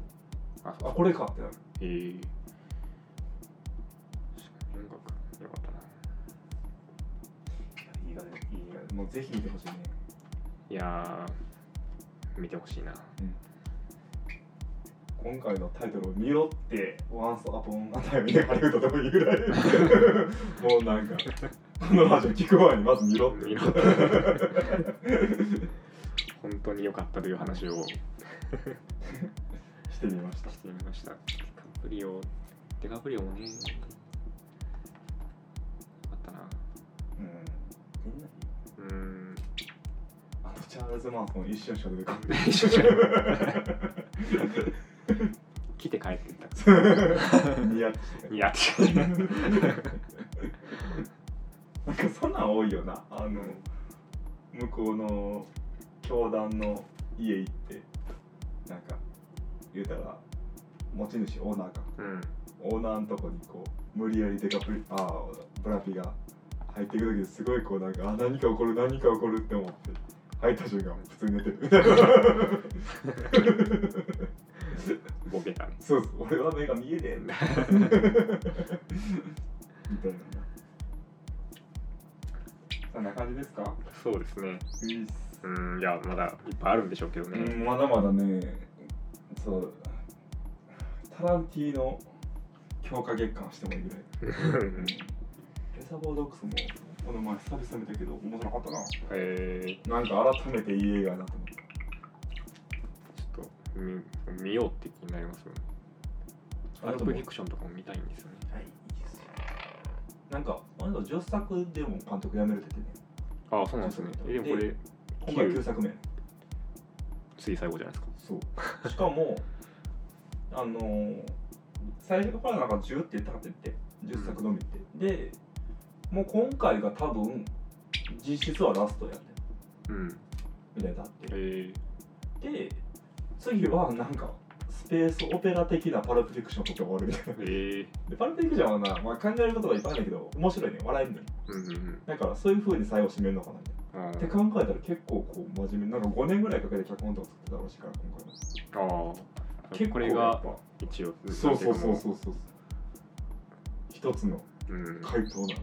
[SPEAKER 4] あ
[SPEAKER 3] ある
[SPEAKER 4] そう
[SPEAKER 3] あこれかってなる
[SPEAKER 4] へえ確かに音楽よかったな
[SPEAKER 3] い
[SPEAKER 4] い
[SPEAKER 3] 映画でいい映画でもうぜひ見てほしいね
[SPEAKER 4] いやー見てほしいな
[SPEAKER 3] 今回のタイトルを見ろって「Once Upon a Time in Hollywood」でもいい
[SPEAKER 4] [LAUGHS]
[SPEAKER 3] ぐらいもうなんかこのラジオ聞く前にまず見ろって
[SPEAKER 4] 見ろ本当に良かったという話を
[SPEAKER 3] してみました
[SPEAKER 4] してみました。デカプリオ、デカプリオもね、よかったな。
[SPEAKER 3] うんみんな
[SPEAKER 4] うーん、
[SPEAKER 3] あのチャールズ・マンソン一瞬しか出てこない
[SPEAKER 4] [LAUGHS] 一緒じゃ
[SPEAKER 3] [LAUGHS]
[SPEAKER 4] [LAUGHS] 来て帰ってった。
[SPEAKER 3] ニヤッとして
[SPEAKER 4] いや、
[SPEAKER 3] [LAUGHS] なんかそんなん多いよなあの向こうの教団の家行ってなんか言うたら持ち主オーナーか
[SPEAKER 4] うん、
[SPEAKER 3] オーナーのとこにこう無理やりデカプリあーブラピが入っていく時すごいこうなんかあ何か起こる何か起こるって思って入った瞬間普通に寝てる [LAUGHS]
[SPEAKER 4] ボケたね。
[SPEAKER 3] そうそう俺は目が見えねえんだみたいなそんな感じですか
[SPEAKER 4] そうですね。
[SPEAKER 3] いいっ
[SPEAKER 4] うーん、いや、まだいっぱいあるんでしょうけど
[SPEAKER 3] う
[SPEAKER 4] ね。
[SPEAKER 3] んまだまだねそうタランティーの強化月間してもいいぐらいうんレサボードックスもこの前久々見たけど面白かったな
[SPEAKER 4] えー、
[SPEAKER 3] なんか改めていい映画だと思った
[SPEAKER 4] ちょっと見見ようって気になりますよね。アルプフィクションとかも見たいんですよね。
[SPEAKER 3] はいいいですよなんかあの人10作でも監督辞めるって言ってね
[SPEAKER 4] ああ、そうなんですね。えでもこれ、
[SPEAKER 3] 今回9作目
[SPEAKER 4] つい最後じゃないですか。
[SPEAKER 3] そうしかもあのー最初からなんか10って言ったかって言って10作のみって、でもう今回が多分実質はラストやね
[SPEAKER 4] うん。
[SPEAKER 3] みたいになって
[SPEAKER 4] え
[SPEAKER 3] で次はなんかスペースオペラ的なパルプフィクションとか終わるみたいな
[SPEAKER 4] ー、えー、
[SPEAKER 3] でパルプフィクションはな、まあ、考えることがいっぱいあるんだけど面白いね笑えるね
[SPEAKER 4] うんうんうん。
[SPEAKER 3] だからそういう風に最後締めるのかなみたい
[SPEAKER 4] あ
[SPEAKER 3] なって考えたら結構こう真面目になんか5年ぐらいかけて脚本とか作ってたらしいから今回は
[SPEAKER 4] ああ
[SPEAKER 3] 結構
[SPEAKER 4] これ
[SPEAKER 3] やっ
[SPEAKER 4] が
[SPEAKER 3] ぱ
[SPEAKER 4] 一応
[SPEAKER 3] そうそうそう
[SPEAKER 4] う、
[SPEAKER 3] そうそう一つの
[SPEAKER 4] うん、
[SPEAKER 3] 回答なんか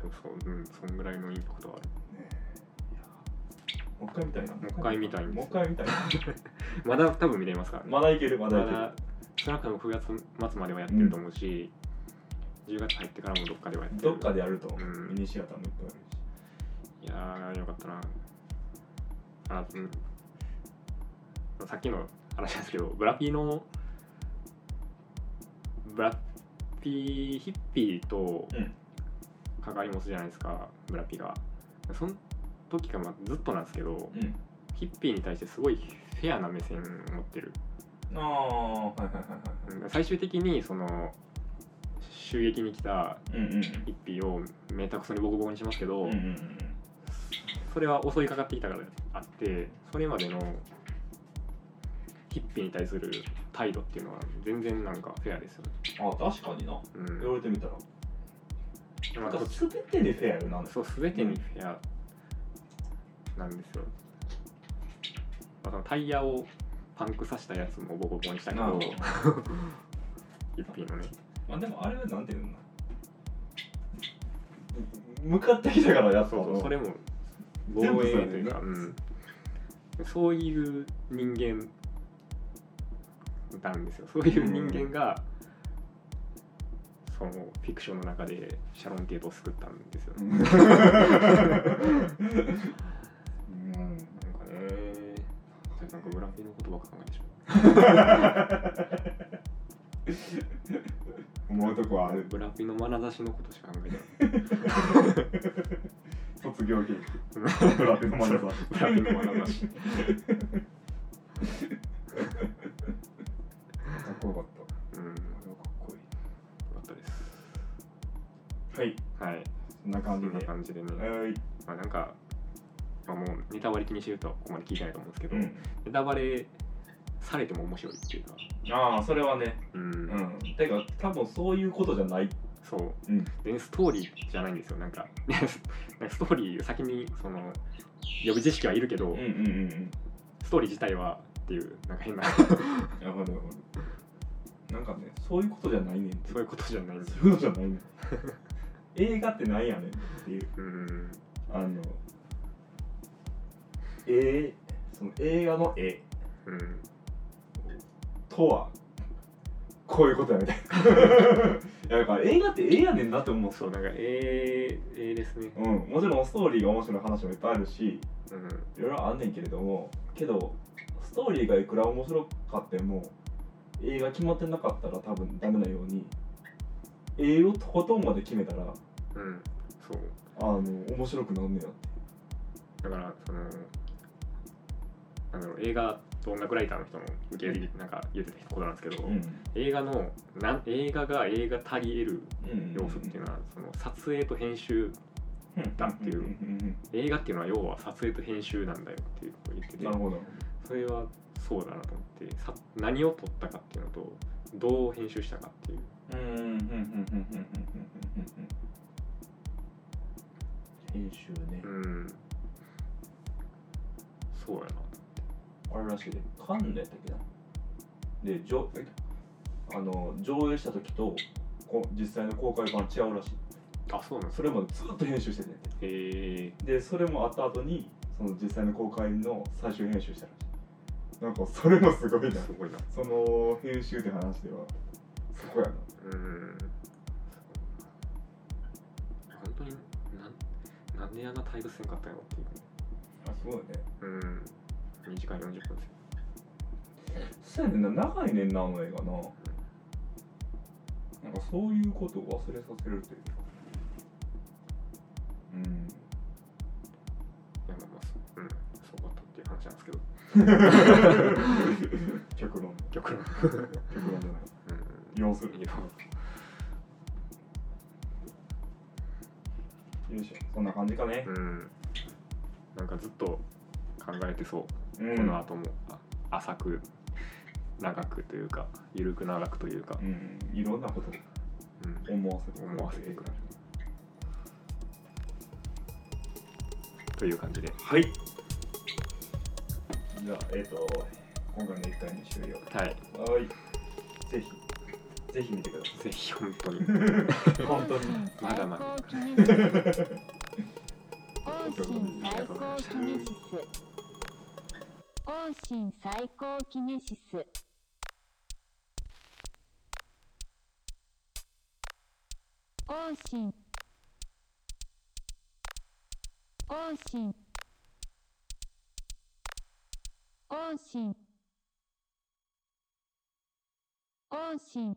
[SPEAKER 4] そううんそんぐらいのいいことはあ
[SPEAKER 3] ねいやもう一回見たいなも
[SPEAKER 4] う一回見たいんです
[SPEAKER 3] もう一回見たいな
[SPEAKER 4] るまだ多分見れますからね
[SPEAKER 3] まだいけるま
[SPEAKER 4] ま
[SPEAKER 3] だいける
[SPEAKER 4] だ少なくとも9月末まではやってると思うし、10月入ってからもどっかではやってる
[SPEAKER 3] どっかでやると思う、
[SPEAKER 4] うん
[SPEAKER 3] ミニシアターもいっぱいあるし
[SPEAKER 4] いやーよかったなあ、うん、さっきの話なんですけどブラピのブラピヒッピーと
[SPEAKER 3] うん
[SPEAKER 4] 関わり持つじゃないですか、ブラピがその時からまあずっとなんですけど
[SPEAKER 3] うん
[SPEAKER 4] ヒッピーに対してすごいフェアな目線を持ってる
[SPEAKER 3] ああはいはいはいはい
[SPEAKER 4] うん最終的にその襲撃に来た
[SPEAKER 3] うんうん
[SPEAKER 4] ヒッピーをめったくそにボコボコにしますけど、
[SPEAKER 3] うんうんうんうん
[SPEAKER 4] それは襲いかかってきたからであってそれまでのヒッピーに対する態度っていうのは全然なんかフェアですよね。
[SPEAKER 3] あ確かにな
[SPEAKER 4] うん
[SPEAKER 3] 言われてみたら
[SPEAKER 4] ま
[SPEAKER 3] な
[SPEAKER 4] あ
[SPEAKER 3] んか
[SPEAKER 4] こっち
[SPEAKER 3] 全てでフェアよな
[SPEAKER 4] そう全てにフェアなんですよ。まあ、そのタイヤをパンクさせたやつもボコボコにしたけ
[SPEAKER 3] な
[SPEAKER 4] ど
[SPEAKER 3] るほど
[SPEAKER 4] ヒッピーのね
[SPEAKER 3] まあでもあれはなんていうのかな向かってきたからやっ
[SPEAKER 4] そ
[SPEAKER 3] そう
[SPEAKER 4] それも防衛
[SPEAKER 3] 全部そうやね
[SPEAKER 4] というか、うん、そういう人間なんですよそういう人間が、そのフィクションの中でシャロン・テートを救ったんですよ、
[SPEAKER 3] う
[SPEAKER 4] ね
[SPEAKER 3] ん
[SPEAKER 4] なんかねなんか村ピのことばっか考えてしま
[SPEAKER 3] 思うとこはあ
[SPEAKER 4] う
[SPEAKER 3] る
[SPEAKER 4] 村ピの眼差しのことしか考えてない [LAUGHS]
[SPEAKER 3] 卒業劇ブ
[SPEAKER 4] 村
[SPEAKER 3] ラ
[SPEAKER 4] ピ
[SPEAKER 3] ピの眼差し
[SPEAKER 4] の眼差し
[SPEAKER 3] かっこよかった
[SPEAKER 4] うんよ
[SPEAKER 3] かっこい
[SPEAKER 4] かったです
[SPEAKER 3] いはい
[SPEAKER 4] はい
[SPEAKER 3] そんな
[SPEAKER 4] そ
[SPEAKER 3] 感
[SPEAKER 4] んな
[SPEAKER 3] じで
[SPEAKER 4] 感じでね、
[SPEAKER 3] はい
[SPEAKER 4] まあなんか、まあ、もうネタバレ気にしてるとはここまで聞いてないと思うんですけど、
[SPEAKER 3] うん
[SPEAKER 4] ネタバレされても面白いっていうか、
[SPEAKER 3] ああそれはね
[SPEAKER 4] うん
[SPEAKER 3] うんてか多分そういうことじゃない
[SPEAKER 4] そう、
[SPEAKER 3] うん
[SPEAKER 4] でストーリーじゃないんですよなんか [LAUGHS] なんかストーリー先にその予備知識はいるけど、
[SPEAKER 3] うんうんうん
[SPEAKER 4] ストーリー自体はっていうなんか変な
[SPEAKER 3] やばいやばいなんかねそういうことじゃないねんって
[SPEAKER 4] そういうことじゃないんですよ、
[SPEAKER 3] そういうことじゃないねん映画ってなんやねんっていう
[SPEAKER 4] うん、
[SPEAKER 3] あのえー、その映画の絵
[SPEAKER 4] うん、
[SPEAKER 3] とはこういうことや [LAUGHS] みたいないやだから映画って絵やねんなって思う
[SPEAKER 4] そうなんかええええですね、
[SPEAKER 3] うん、もちろんストーリーが面白い話もいっぱいあるし
[SPEAKER 4] う
[SPEAKER 3] い
[SPEAKER 4] ん、
[SPEAKER 3] ろいろあんねんけれどもけどストーリーがいくら面白かっても映画決まってなかったら多分ダメなように映画をとことんまで決めたら
[SPEAKER 4] うん、そう
[SPEAKER 3] あの面白くなんねやって
[SPEAKER 4] だからそのなんだろう映画と音楽ライターの人も受け入れなんか言ってたことなんですけど、
[SPEAKER 3] ん
[SPEAKER 4] 映画のなん映画が映画足り得る
[SPEAKER 3] うん
[SPEAKER 4] 要素っていうのは、その撮影と編集だっていう映画っていうのは要は撮影と編集なんだよっていうことを言ってて
[SPEAKER 3] なるほど
[SPEAKER 4] それはそうだなと思ってさ何を撮ったかっていうのとどう編集したかっていう
[SPEAKER 3] うんうんうんうんうんうんうん編集ね
[SPEAKER 4] うんそうやな
[SPEAKER 3] あれらしいでカンヌやったっけなで上あの上映した時とこ実際の公開版違うらしい
[SPEAKER 4] あそうなんです
[SPEAKER 3] そ
[SPEAKER 4] か
[SPEAKER 3] れまでずっと編集してて
[SPEAKER 4] へえ
[SPEAKER 3] でそれもあった後にその実際の公開の最終編集したらしいなんかそれもすごいな
[SPEAKER 4] すごいな
[SPEAKER 3] その編集って話ではそこやな
[SPEAKER 4] うん本当になんなんであんな退屈せんかったんやろっていう
[SPEAKER 3] あすごいね
[SPEAKER 4] うん2時間40分ですよ
[SPEAKER 3] そうやねんな長いねんなあの映画ななんかそういうことを忘れさせるというかうん
[SPEAKER 4] いやまあまあそう、うん、そうだったっていう話なんですけど
[SPEAKER 3] 極論
[SPEAKER 4] 極論
[SPEAKER 3] 極論じゃない
[SPEAKER 4] うん
[SPEAKER 3] 要する
[SPEAKER 4] いや
[SPEAKER 3] よいしょそんな感じかね
[SPEAKER 4] うんなんかずっと考えてそう、
[SPEAKER 3] う
[SPEAKER 4] この後もあ浅く長くというか緩く長くというか
[SPEAKER 3] う、んいろんなことを
[SPEAKER 4] うん、
[SPEAKER 3] 思わせて
[SPEAKER 4] 思わせてくれるという感じで
[SPEAKER 3] はいじゃあえっ、と今回の1回目終了
[SPEAKER 4] はい
[SPEAKER 3] はいぜひぜひ見てくださ
[SPEAKER 4] ぜひ本当に
[SPEAKER 3] い [LAUGHS] 本当に
[SPEAKER 4] まだまだ
[SPEAKER 1] 最高キネシス往診最高キネシス往診最高キネシス往診往診往診往診